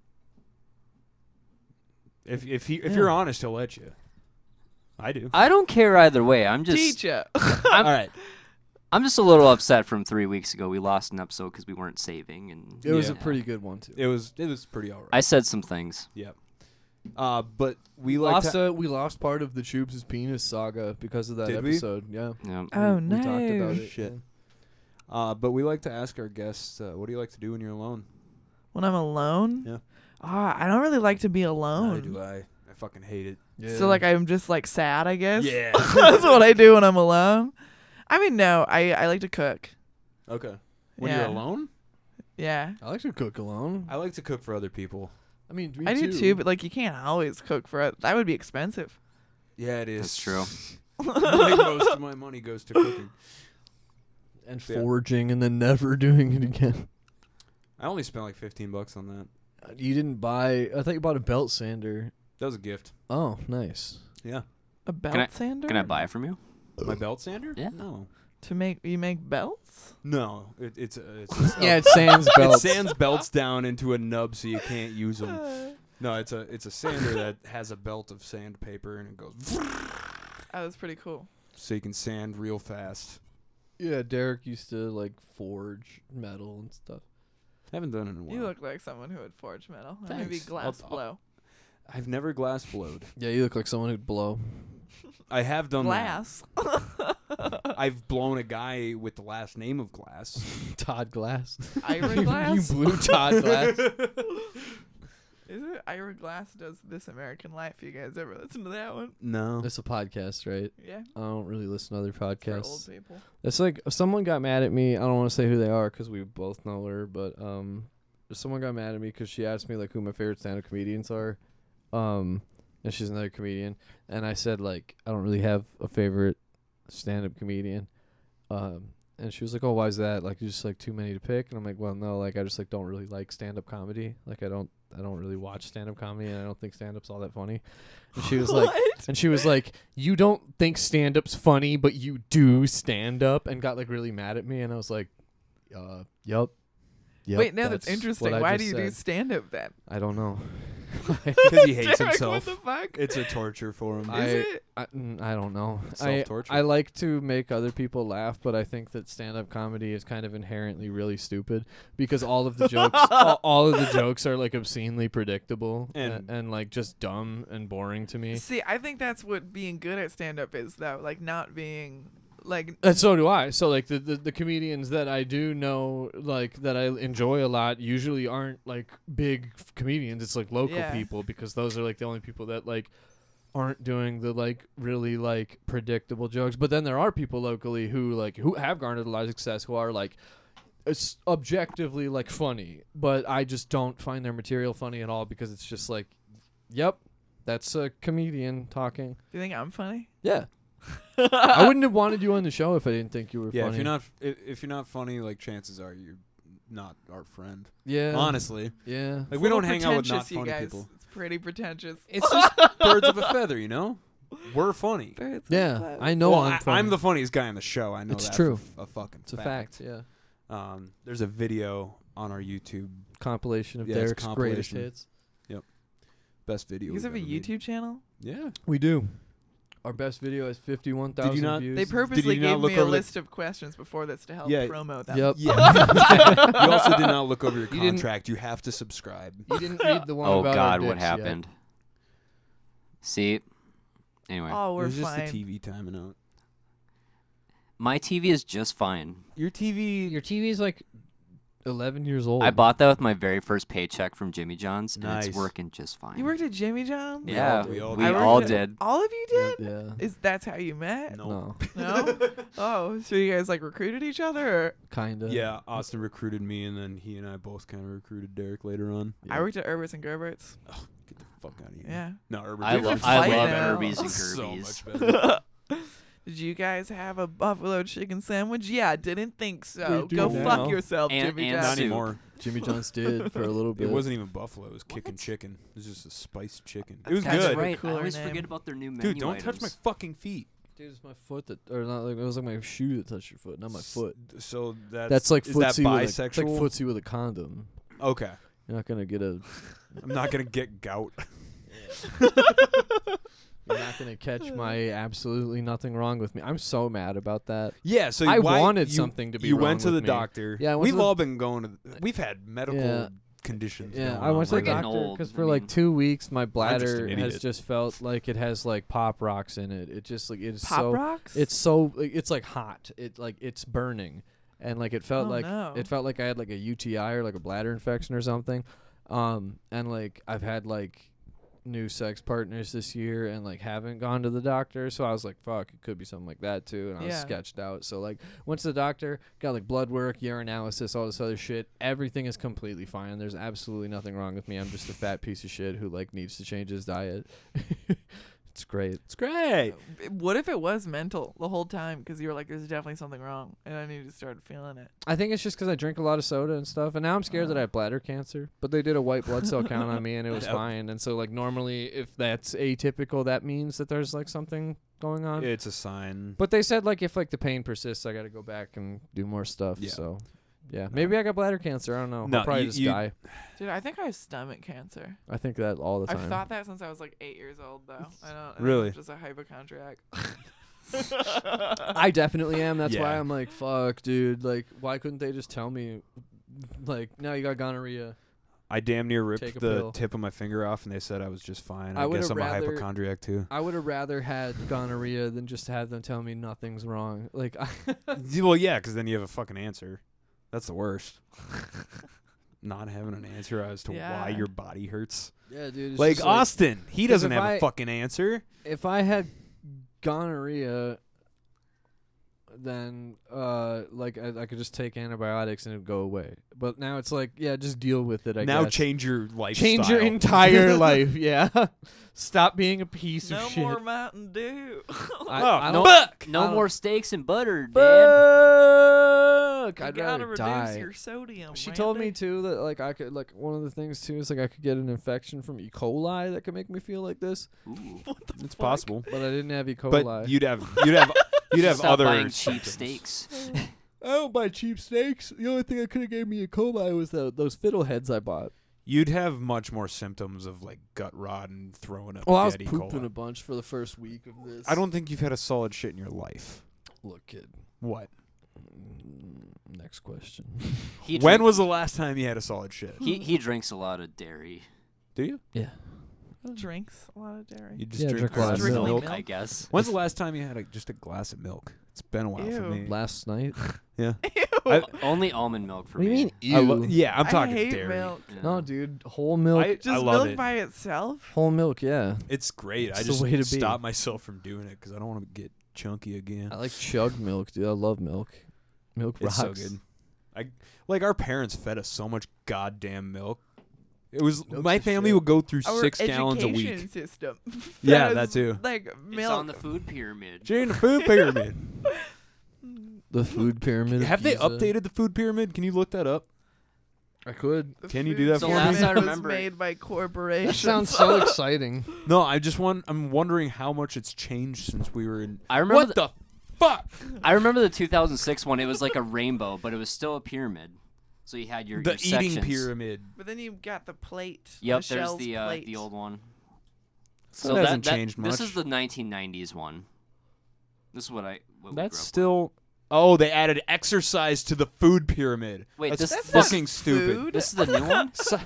Speaker 2: If if he if
Speaker 4: Yeah.
Speaker 2: you're honest, he'll let you. I do.
Speaker 1: I don't care either way. I'm just
Speaker 2: [laughs]
Speaker 3: Teacher.
Speaker 1: I'm,
Speaker 2: All right.
Speaker 1: I'm just a little upset from three weeks ago. We lost an episode because we weren't saving, and
Speaker 4: It was a
Speaker 1: Yeah.
Speaker 4: pretty good one too.
Speaker 2: It was it was pretty all right.
Speaker 1: I said some things.
Speaker 2: Yep. Uh, but we like
Speaker 4: Lost
Speaker 2: to,
Speaker 4: uh, we lost part of the Troops' penis saga because of that
Speaker 2: Did we?
Speaker 4: episode. Yeah,
Speaker 1: Yeah.
Speaker 3: oh
Speaker 4: we talked about it.
Speaker 2: Shit.
Speaker 4: yeah.
Speaker 2: uh, but we like to ask our guests, uh, what do you like to do when you're alone?
Speaker 3: When I'm alone.
Speaker 2: Yeah.
Speaker 3: Ah, I don't really like to be alone.
Speaker 4: Oh.
Speaker 2: Neither do I. I fucking hate it.
Speaker 3: So like I'm just like sad, I guess.
Speaker 2: Yeah.
Speaker 3: [laughs] That's what I do when I'm alone. I mean, no, I I like to cook.
Speaker 2: Okay. When
Speaker 3: Yeah.
Speaker 2: you're alone,
Speaker 3: Yeah.
Speaker 4: I like to cook alone.
Speaker 2: I like to cook for other people.
Speaker 4: I mean, me
Speaker 3: I do too, but like you can't always cook for it. That would be expensive.
Speaker 2: Yeah, it is.
Speaker 1: That's true.
Speaker 2: [laughs] I think most of my money goes to cooking.
Speaker 4: and
Speaker 2: Yeah.
Speaker 4: foraging and then never [laughs] doing it again.
Speaker 2: I only spent like 15 bucks on that.
Speaker 4: You didn't buy. I thought you bought a belt sander.
Speaker 2: That was a gift.
Speaker 4: Oh, nice.
Speaker 2: Yeah.
Speaker 3: A belt sander?
Speaker 1: Can I buy it from you?
Speaker 4: [clears throat]
Speaker 2: My belt sander?
Speaker 1: Yeah.
Speaker 2: No.
Speaker 3: to make you make belts?
Speaker 2: No. It, it's
Speaker 4: [laughs]
Speaker 2: a, it's just uh,
Speaker 4: Yeah, Oh. it's Sans
Speaker 2: It
Speaker 4: belts.
Speaker 2: sands belts down into a nub so you can't use them.
Speaker 3: Uh,
Speaker 2: No, it's a it's a sander that has a belt of sandpaper and it goes [laughs]
Speaker 3: That was pretty cool.
Speaker 2: so you can sand real fast.
Speaker 4: yeah, Derek used to like forge metal and stuff.
Speaker 2: Haven't done it in a while.
Speaker 3: You look like someone who would forge metal. That may be
Speaker 2: Thanks. I'll-
Speaker 3: glass
Speaker 2: I'll-
Speaker 3: blow.
Speaker 2: I've never glass blowed.
Speaker 4: Yeah, you look like someone who'd blow. [laughs]
Speaker 2: I have done
Speaker 3: Glass. [laughs]
Speaker 4: [laughs]
Speaker 2: That. I've blown a guy with the last name of Glass.
Speaker 4: Todd Glass. [laughs]
Speaker 3: Ira Glass.
Speaker 4: you blew Todd Glass.
Speaker 3: [laughs] Is it Ira Glass does This American Life? You guys ever listen to that one?
Speaker 2: No. [laughs]
Speaker 4: It's a podcast, right?
Speaker 3: Yeah.
Speaker 4: I don't really listen to other
Speaker 3: For old
Speaker 4: podcasts.
Speaker 3: people.
Speaker 4: It's like someone got mad at me. I don't want to say who they are because we both know her, but um, someone got mad at me because she asked me like who my favorite stand-up comedians are, um, and she's another comedian, and I said like I don't really have a favorite stand-up comedian, um, and she was like, oh, why is that? Like, just like too many to pick, and I'm like, well, no, like I just like don't really like stand-up comedy. Like I don't I don't really watch stand-up comedy, and I don't think stand-up's all that funny. And she
Speaker 3: [laughs]
Speaker 4: was like, and she was like, "You don't think stand-up's funny, but you do stand-up," and got like really mad at me. And I was like, "Uh, yep." Yep,
Speaker 3: Wait, no, that's, interesting.
Speaker 4: what I
Speaker 3: Why do you
Speaker 4: just
Speaker 3: do
Speaker 4: said.
Speaker 3: stand up then?
Speaker 4: I don't
Speaker 3: [laughs]
Speaker 4: know.
Speaker 2: Because he hates
Speaker 3: Derek,
Speaker 2: himself.
Speaker 3: What the fuck?
Speaker 2: It's a torture for him.
Speaker 4: I-
Speaker 3: Is it?
Speaker 4: I, mm, I don't know. I,
Speaker 2: Self-torture.
Speaker 4: I like to make other people laugh, but I think that stand-up comedy is kind of inherently really stupid because all of the
Speaker 3: [laughs]
Speaker 4: jokes, all, all of the jokes are like obscenely predictable and,
Speaker 2: And-
Speaker 4: and, like just dumb and boring to me.
Speaker 3: See, I think that's what being good at stand up is, though. Like, not being, like,
Speaker 4: And so do I. So like the, the the comedians that I do know, like that I enjoy a lot, usually aren't like big f- comedians. It's like local
Speaker 3: Yeah.
Speaker 4: people because those are like the only people that like aren't doing the like really like predictable jokes. But then there are people locally who like who have garnered a lot of success who are like it's objectively like funny, but I just don't find their material funny at all because it's just like, yep, that's a comedian talking.
Speaker 3: do you think I'm funny?
Speaker 4: [laughs] Yeah. I wouldn't have wanted you on the show if I didn't think you were
Speaker 2: yeah,
Speaker 4: funny.
Speaker 2: if you're not if, if you're not funny, like chances are you're not our friend.
Speaker 4: yeah,
Speaker 2: Honestly,
Speaker 4: Yeah.
Speaker 2: like we
Speaker 3: It's a little
Speaker 2: don't hang out with not
Speaker 3: pretentious, you
Speaker 2: funny
Speaker 3: guys.
Speaker 2: people.
Speaker 3: It's pretty pretentious.
Speaker 2: It's just birds of a feather, you know. We're
Speaker 3: [laughs]
Speaker 2: funny.
Speaker 3: Birds of
Speaker 4: Yeah.
Speaker 3: feather.
Speaker 4: I know
Speaker 2: well,
Speaker 4: I'm
Speaker 2: I'm,
Speaker 4: funny.
Speaker 2: I'm the funniest guy on the show. I know
Speaker 4: It's
Speaker 2: that
Speaker 4: true.
Speaker 2: For f- a fucking
Speaker 4: It's a fact. Yeah.
Speaker 2: Um, there's a video on our YouTube,
Speaker 4: Compilation of
Speaker 2: Yeah, it's
Speaker 4: Derek's greatest
Speaker 2: compilation.
Speaker 4: hits.
Speaker 2: best video.
Speaker 3: [laughs] You guys
Speaker 2: we've
Speaker 3: have a
Speaker 2: ever made.
Speaker 3: YouTube channel?
Speaker 2: Yeah.
Speaker 4: We do. Our best video has 51,000
Speaker 2: Did you not-
Speaker 4: views.
Speaker 3: They purposely
Speaker 2: you not
Speaker 3: gave
Speaker 2: look
Speaker 3: me a
Speaker 2: over the-
Speaker 3: list of questions before this to help
Speaker 2: Yeah.
Speaker 3: promo them.
Speaker 4: Yep.
Speaker 3: [laughs]
Speaker 2: you also did not look over your
Speaker 4: Oh. [laughs] You didn't-
Speaker 2: contract. You, have to subscribe.
Speaker 4: You didn't read the one
Speaker 1: Oh
Speaker 4: about our
Speaker 1: God, what
Speaker 4: dicks yet.
Speaker 1: happened? See, anyway,
Speaker 3: Oh,
Speaker 2: it
Speaker 3: we're
Speaker 2: was just
Speaker 3: fine.
Speaker 2: the TV timing out.
Speaker 1: my TV is just fine.
Speaker 2: Your TV.
Speaker 4: Your TV's like 11 years old.
Speaker 1: I bought that with my very first paycheck from Jimmy John's, and
Speaker 2: Oh. Nice.
Speaker 1: it's working just fine.
Speaker 3: You worked at Jimmy John's?
Speaker 1: yeah,
Speaker 2: We all
Speaker 1: we
Speaker 3: I
Speaker 2: did.
Speaker 3: worked
Speaker 1: all
Speaker 3: at-
Speaker 1: did.
Speaker 3: All of you did?
Speaker 4: Yeah.
Speaker 3: Is that's how
Speaker 4: [laughs]
Speaker 3: you met?
Speaker 2: no. [laughs]
Speaker 4: No.
Speaker 3: No. oh, so you guys like recruited each other? Or?
Speaker 4: Kinda.
Speaker 2: Yeah, Austin recruited me, and then he and I both kind of recruited Derek later on.
Speaker 3: I worked at Herbert's and Gerbert's.
Speaker 2: Get the fuck out of here.
Speaker 3: Yeah.
Speaker 2: No, Urban
Speaker 1: I
Speaker 3: Dude,
Speaker 1: love
Speaker 3: it's
Speaker 1: I
Speaker 3: fine
Speaker 1: love
Speaker 3: now.
Speaker 1: Herbies and
Speaker 2: so
Speaker 1: Kirby's.
Speaker 2: much
Speaker 1: [laughs]
Speaker 2: better.
Speaker 3: Did you guys have a buffalo chicken sandwich? Yeah, I didn't think so.
Speaker 4: We do
Speaker 3: Go
Speaker 4: now.
Speaker 3: fuck yourself,
Speaker 1: And-
Speaker 3: Jimmy
Speaker 1: and
Speaker 2: Not
Speaker 3: Johnson. [laughs]
Speaker 1: soup.
Speaker 2: anymore.
Speaker 4: Jimmy John's did
Speaker 2: [laughs]
Speaker 4: for a little bit.
Speaker 2: It wasn't even buffalo. It was kicking chicken. It was just a spiced chicken. it
Speaker 3: That's
Speaker 2: was
Speaker 3: kinda
Speaker 1: That's
Speaker 2: good.
Speaker 1: right. I
Speaker 3: Cooler
Speaker 1: always
Speaker 3: name.
Speaker 1: forget about their new menu
Speaker 2: Dude, don't touch my
Speaker 1: items.
Speaker 2: fucking feet.
Speaker 4: Dude, it's my foot that, or not like it was like my shoe that touched your foot, not my foot.
Speaker 2: S- So that's
Speaker 4: That's like
Speaker 2: is
Speaker 4: footsie
Speaker 2: that
Speaker 4: with a, it's like
Speaker 2: bisexual.
Speaker 4: footsie with a condom.
Speaker 2: okay,
Speaker 4: You're not gonna get a. [laughs]
Speaker 2: I'm not gonna get gout.
Speaker 4: You're not gonna
Speaker 2: [laughs]
Speaker 4: catch my absolutely nothing wrong with me. I'm so mad about that.
Speaker 2: Yeah, so
Speaker 4: I
Speaker 2: why-
Speaker 4: wanted
Speaker 2: you-
Speaker 4: something to be
Speaker 2: You
Speaker 4: wrong
Speaker 2: went to
Speaker 4: with
Speaker 2: the
Speaker 4: me.
Speaker 2: doctor.
Speaker 4: Yeah, I went
Speaker 2: we've
Speaker 4: to the-
Speaker 2: all been going to. The, we've had medical
Speaker 4: Yeah.
Speaker 2: conditions.
Speaker 4: Yeah,
Speaker 2: going
Speaker 4: I went to
Speaker 2: on
Speaker 4: the
Speaker 2: right now.
Speaker 4: doctor
Speaker 1: old,
Speaker 4: because
Speaker 1: I
Speaker 4: for like
Speaker 1: mean-
Speaker 4: two weeks my
Speaker 2: I'm just an
Speaker 4: bladder has
Speaker 2: idiot.
Speaker 4: just felt like it has like pop rocks in it. It just like it's
Speaker 3: Pop
Speaker 4: so
Speaker 3: rocks?
Speaker 4: it's so like, it's like hot. It like it's burning, and like it felt
Speaker 3: Oh,
Speaker 4: like
Speaker 3: no.
Speaker 4: it felt like I had like a UTI or like a bladder infection or something. Um, and like I've had like new sex partners this year and like haven't gone to the doctor so i was like fuck it could be something like that too and i was
Speaker 3: Yeah.
Speaker 4: sketched out so like went to the doctor got like blood work urinalysis all this other shit everything is completely fine there's absolutely nothing wrong with me i'm just a fat piece of shit who like needs to change his diet [laughs] it's great
Speaker 2: It's great.
Speaker 3: What if it was mental the whole time? Because you were like, "There's definitely something wrong," and I need to start feeling it.
Speaker 4: i think it's just because i drink a lot of soda and stuff and now i'm scared
Speaker 2: Uh.
Speaker 4: that i have bladder cancer but they did a white blood cell count
Speaker 2: [laughs]
Speaker 4: on me and it was
Speaker 2: Nope.
Speaker 4: fine and so like normally if that's atypical that means that there's like something going on
Speaker 2: It's a sign.
Speaker 4: But they said like if like the pain persists, I got to go back and do more stuff.
Speaker 2: Yeah.
Speaker 4: So, yeah, maybe I got bladder cancer. I don't know.
Speaker 2: No,
Speaker 4: I'll probably
Speaker 2: you-
Speaker 4: just
Speaker 2: you-
Speaker 4: die.
Speaker 3: Dude, I think I have stomach cancer.
Speaker 4: I think that all the time.
Speaker 2: [laughs]
Speaker 3: I've thought that since I was like eight years old, though. I don't. I think I'm
Speaker 2: Really?
Speaker 3: just a hypochondriac.
Speaker 4: I definitely am. That's why
Speaker 2: Yeah.
Speaker 4: I'm like, fuck, dude. Like, why couldn't they just tell me? Like, now you got gonorrhea.
Speaker 2: I damn near ripped
Speaker 4: Take a
Speaker 2: the
Speaker 4: pill.
Speaker 2: tip of my finger off, and they said I was just fine.
Speaker 4: I
Speaker 2: I,
Speaker 4: would've
Speaker 2: guess I'm
Speaker 4: rather-
Speaker 2: a hypochondriac too.
Speaker 4: I would have rather had gonorrhea than just have them tell me nothing's wrong. Like, I,
Speaker 2: Y- well, yeah, because then you have a fucking answer. That's the worst. [laughs] Not having an answer as to why
Speaker 3: Yeah.
Speaker 2: your body hurts.
Speaker 4: yeah, dude. it's
Speaker 2: like
Speaker 4: just,
Speaker 2: Austin, he
Speaker 4: 'cause
Speaker 2: doesn't
Speaker 4: if
Speaker 2: have
Speaker 4: I-
Speaker 2: a fucking answer.
Speaker 4: if I had gonorrhea, then uh, like I, I could just take antibiotics and it'd go away. But now it's like, yeah, just deal with it. I
Speaker 2: now
Speaker 4: guess.
Speaker 2: change your life.
Speaker 4: change your [laughs] entire
Speaker 2: [laughs]
Speaker 4: life. Yeah, stop being a piece
Speaker 3: no
Speaker 4: of shit.
Speaker 3: more Mountain Dew. [laughs]
Speaker 4: I,
Speaker 2: Oh,
Speaker 4: I don't,
Speaker 2: fuck.
Speaker 4: I
Speaker 1: No
Speaker 4: don't-
Speaker 1: more steaks and butter, Dad.
Speaker 4: Fuck!
Speaker 3: you
Speaker 4: I'd
Speaker 3: gotta
Speaker 4: rather
Speaker 3: reduce
Speaker 4: die.
Speaker 3: your sodium.
Speaker 4: She told me
Speaker 3: Randy.
Speaker 4: too that like I could like one of the things too is like I could get an infection from E. coli that could make me feel like this,
Speaker 1: Ooh.
Speaker 3: What the
Speaker 2: It's
Speaker 3: fuck?
Speaker 2: possible,
Speaker 3: [laughs]
Speaker 4: but I didn't have E. coli.
Speaker 2: but you'd
Speaker 4: [laughs]
Speaker 2: have you'd have you'd have
Speaker 1: Stop
Speaker 2: other
Speaker 1: buying cheap
Speaker 2: symptoms.
Speaker 1: steaks.
Speaker 4: I don't buy cheap steaks. The only thing I could have gave me E. coli was the, those fiddle heads I bought.
Speaker 2: You'd have much more symptoms of like gut rot and throwing up.
Speaker 4: Well, I was
Speaker 2: daddy
Speaker 4: pooping
Speaker 2: cola.
Speaker 4: a bunch for the first week of this.
Speaker 2: I don't think you've had a solid shit in your life.
Speaker 4: look, kid. Mm,
Speaker 2: What?
Speaker 4: Next question.
Speaker 2: [laughs]
Speaker 1: He
Speaker 2: when
Speaker 1: drink-
Speaker 2: was the last time you had a solid shit?
Speaker 1: he he drinks a lot of dairy?
Speaker 2: Do you?
Speaker 4: Yeah.
Speaker 3: Drinks a lot of dairy.
Speaker 2: You just
Speaker 4: Yeah, drink
Speaker 2: drink, a glass
Speaker 4: Drink
Speaker 2: of
Speaker 4: milk.
Speaker 2: milk.
Speaker 1: I guess.
Speaker 2: When's the last time you had a, just a glass of milk? It's been a while for
Speaker 3: Ew.
Speaker 2: me.
Speaker 4: Last night.
Speaker 2: Yeah.
Speaker 3: [laughs] Ew.
Speaker 1: Only almond milk for
Speaker 4: What do you
Speaker 1: me.
Speaker 4: mean?
Speaker 2: I lo-
Speaker 4: ew?
Speaker 2: yeah, I'm
Speaker 3: I
Speaker 2: talking
Speaker 3: hate
Speaker 2: dairy.
Speaker 3: milk.
Speaker 1: Yeah.
Speaker 4: No, dude, whole milk.
Speaker 2: I,
Speaker 3: Just
Speaker 2: I love
Speaker 3: milk
Speaker 2: it.
Speaker 3: by itself.
Speaker 4: whole milk,
Speaker 2: [laughs]
Speaker 4: yeah.
Speaker 2: It's great. I
Speaker 4: It's the
Speaker 2: just
Speaker 4: way to be.
Speaker 2: stop myself from doing it because I don't want to get chunky again.
Speaker 4: I like chug milk, dude. I love milk. Milk
Speaker 2: it's
Speaker 4: rocks.
Speaker 2: so good. I like our parents fed us so much goddamn milk. It was
Speaker 4: Milk's
Speaker 2: my
Speaker 4: the
Speaker 2: family
Speaker 4: shit.
Speaker 2: would go through
Speaker 3: Our
Speaker 2: six gallons a
Speaker 3: education
Speaker 2: week.
Speaker 3: System. [laughs]
Speaker 2: Yeah,
Speaker 3: That
Speaker 2: that
Speaker 3: is,
Speaker 2: too.
Speaker 3: Like
Speaker 1: It's
Speaker 3: milk.
Speaker 1: on the food pyramid.
Speaker 2: Jane, the
Speaker 3: [laughs]
Speaker 2: food pyramid.
Speaker 4: The food pyramid. of
Speaker 2: Have they
Speaker 4: Giza.
Speaker 2: updated the food pyramid? Can you look that up?
Speaker 4: I could.
Speaker 2: [laughs]
Speaker 3: The
Speaker 2: Can you do
Speaker 3: food
Speaker 2: that
Speaker 1: So
Speaker 2: for me?
Speaker 1: last
Speaker 3: pyramid
Speaker 1: I
Speaker 3: was
Speaker 1: remember it-
Speaker 3: made by
Speaker 4: That
Speaker 1: [laughs]
Speaker 3: corporations.
Speaker 4: sounds
Speaker 2: [laughs]
Speaker 4: so exciting.
Speaker 2: No, I just want. I'm wondering how much it's changed since we were in.
Speaker 1: I remember.
Speaker 2: What
Speaker 1: the-
Speaker 2: the fuck?
Speaker 1: I remember the 2006 one. It was like a rainbow, but it was still a pyramid. So you had your
Speaker 2: The
Speaker 1: your
Speaker 2: eating
Speaker 1: sections.
Speaker 2: pyramid.
Speaker 3: But then you've got the plate.
Speaker 1: Yep, there's
Speaker 3: Michelle's
Speaker 1: the uh,
Speaker 3: plate.
Speaker 1: the old one.
Speaker 2: So that hasn't changed much.
Speaker 1: This is the 1990s one. This is what I. What we
Speaker 2: That's
Speaker 1: grew up
Speaker 2: still. Oh, they added exercise to the food pyramid.
Speaker 1: Wait,
Speaker 2: That's
Speaker 1: this-
Speaker 3: That's not
Speaker 2: fucking stupid.
Speaker 3: food.
Speaker 2: [laughs]
Speaker 1: With. This is the new one.
Speaker 2: So-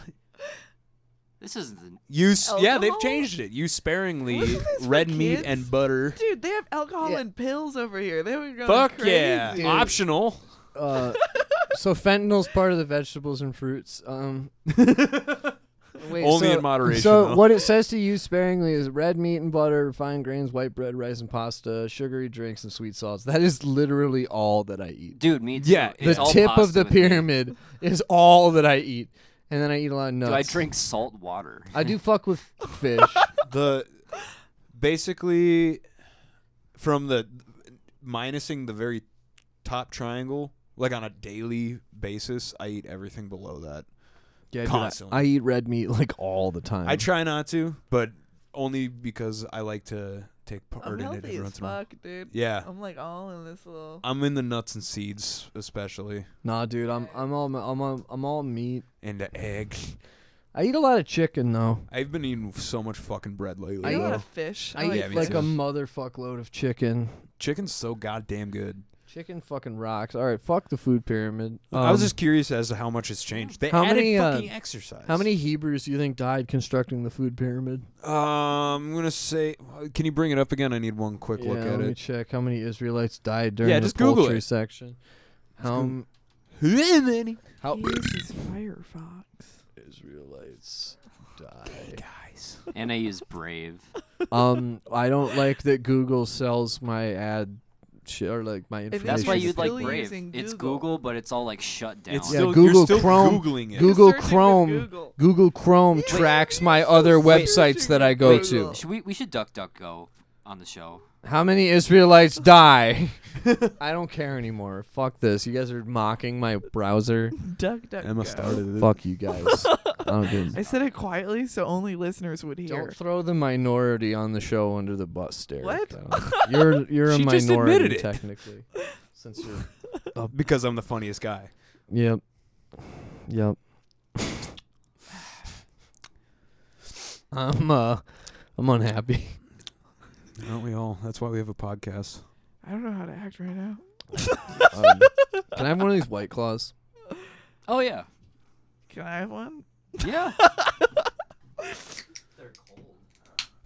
Speaker 1: This is the.
Speaker 2: Use yeah, they've
Speaker 3: Alcohol?
Speaker 2: changed it. Use sparingly
Speaker 3: Oh, Wasn't this for
Speaker 2: red meat
Speaker 3: kids?
Speaker 2: and butter.
Speaker 3: Dude, they have alcohol and pills over here. They were going
Speaker 2: Fuck
Speaker 3: crazy.
Speaker 2: yeah,
Speaker 4: Dude.
Speaker 2: optional.
Speaker 4: Uh, so fentanyl's part of the vegetables and fruits. Um, wait,
Speaker 2: Only
Speaker 4: so-
Speaker 2: in moderation,
Speaker 4: So
Speaker 2: though.
Speaker 4: what it says to use sparingly is red meat and butter, refined grains, white bread, rice and pasta, sugary drinks, and sweet salts. That is literally all that I eat.
Speaker 1: Dude, me too.
Speaker 2: Yeah,
Speaker 1: It's
Speaker 4: the
Speaker 1: all
Speaker 4: tip of
Speaker 1: pasta
Speaker 4: the
Speaker 1: with me.
Speaker 4: pyramid is all that I eat, and then I eat a lot of nuts.
Speaker 1: Do I drink salt water?
Speaker 4: I do fuck with fish.
Speaker 2: The basically from the minusing the very top triangle, like on a daily basis, I eat everything below that.
Speaker 4: Yeah,
Speaker 2: dude, I- Constantly.
Speaker 4: I, eat red meat like all the time.
Speaker 2: I try not to, but only because I like to take
Speaker 3: I'm
Speaker 2: part in it
Speaker 3: healthy
Speaker 2: every
Speaker 3: as
Speaker 2: once in a while.
Speaker 3: fuck, Oh. dude.
Speaker 2: Yeah,
Speaker 3: I'm like all in this little.
Speaker 2: I'm in the nuts and seeds, especially,
Speaker 4: Nah, dude, I'm I'm all I'm all, I'm all meat.
Speaker 2: and the eggs.
Speaker 4: I eat a lot of chicken though.
Speaker 2: I've been eating so much fucking bread lately.
Speaker 3: I eat a lot
Speaker 2: though.
Speaker 3: of fish.
Speaker 4: I
Speaker 3: like
Speaker 4: eat
Speaker 2: Oh, yeah, me
Speaker 4: like
Speaker 2: too.
Speaker 4: a motherfuck load of chicken.
Speaker 2: Chicken's so goddamn good.
Speaker 4: Chicken fucking rocks. All right, fuck the food pyramid.
Speaker 2: I was
Speaker 4: Um,
Speaker 2: just curious as to how much it's changed. They
Speaker 4: How
Speaker 2: added
Speaker 4: many, uh,
Speaker 2: fucking exercise.
Speaker 4: How many Hebrews do you think died constructing the food pyramid?
Speaker 2: Um, I'm gonna say. Can you bring it up again? I need one quick
Speaker 4: yeah,
Speaker 2: look
Speaker 4: let
Speaker 2: at
Speaker 4: me
Speaker 2: it.
Speaker 4: check how many Israelites died during
Speaker 2: Yeah,
Speaker 4: the
Speaker 2: just Google
Speaker 4: poultry
Speaker 2: it.
Speaker 4: section. How
Speaker 2: Google-
Speaker 4: m-
Speaker 2: [laughs]
Speaker 4: how
Speaker 3: uses Firefox.
Speaker 4: Israelites died?
Speaker 2: guys.
Speaker 1: and I use
Speaker 2: [laughs]
Speaker 1: Brave.
Speaker 4: [laughs] um, I don't like that Google sells my ad shit or like my
Speaker 3: If
Speaker 4: information.
Speaker 1: That's why
Speaker 3: Information's
Speaker 1: you'd like
Speaker 3: still
Speaker 1: Brave.
Speaker 3: using
Speaker 1: It's
Speaker 3: Google.
Speaker 1: Google, but it's all like shut down.
Speaker 2: It's
Speaker 4: Yeah,
Speaker 2: still
Speaker 4: Google
Speaker 2: you're still
Speaker 4: Chrome-
Speaker 2: googling it.
Speaker 4: Google
Speaker 3: Searching with
Speaker 4: Chrome.
Speaker 3: Google.
Speaker 4: Google Chrome tracks my other
Speaker 1: Wait.
Speaker 4: websites that I go
Speaker 3: Wait.
Speaker 4: to.
Speaker 1: Should we we should duck duck go on the show.
Speaker 4: How many Israelites
Speaker 2: [laughs]
Speaker 4: die? I don't care anymore. Fuck this. You guys are mocking my
Speaker 2: [laughs]
Speaker 4: browser.
Speaker 3: Duck, duck,
Speaker 2: Emma
Speaker 3: go.
Speaker 2: started it.
Speaker 4: Fuck you guys. I don't give
Speaker 2: [laughs]
Speaker 3: I said it quietly so only listeners would hear.
Speaker 4: Don't throw the minority on the show under the bus, Derek.
Speaker 3: What?
Speaker 4: I don't- You're
Speaker 2: [laughs]
Speaker 4: you're a
Speaker 2: She just admitted
Speaker 4: minority
Speaker 2: it.
Speaker 4: technically, since
Speaker 2: [laughs]
Speaker 4: you're.
Speaker 2: Because I'm the funniest guy.
Speaker 4: Yep. Yep. I'm uh, I'm unhappy.
Speaker 2: Aren't we all? That's why we have a podcast.
Speaker 3: I don't know how to act right now.
Speaker 4: Um,
Speaker 3: [laughs]
Speaker 4: can I have one of these white claws?
Speaker 1: Oh yeah,
Speaker 3: Can I have one?
Speaker 1: yeah.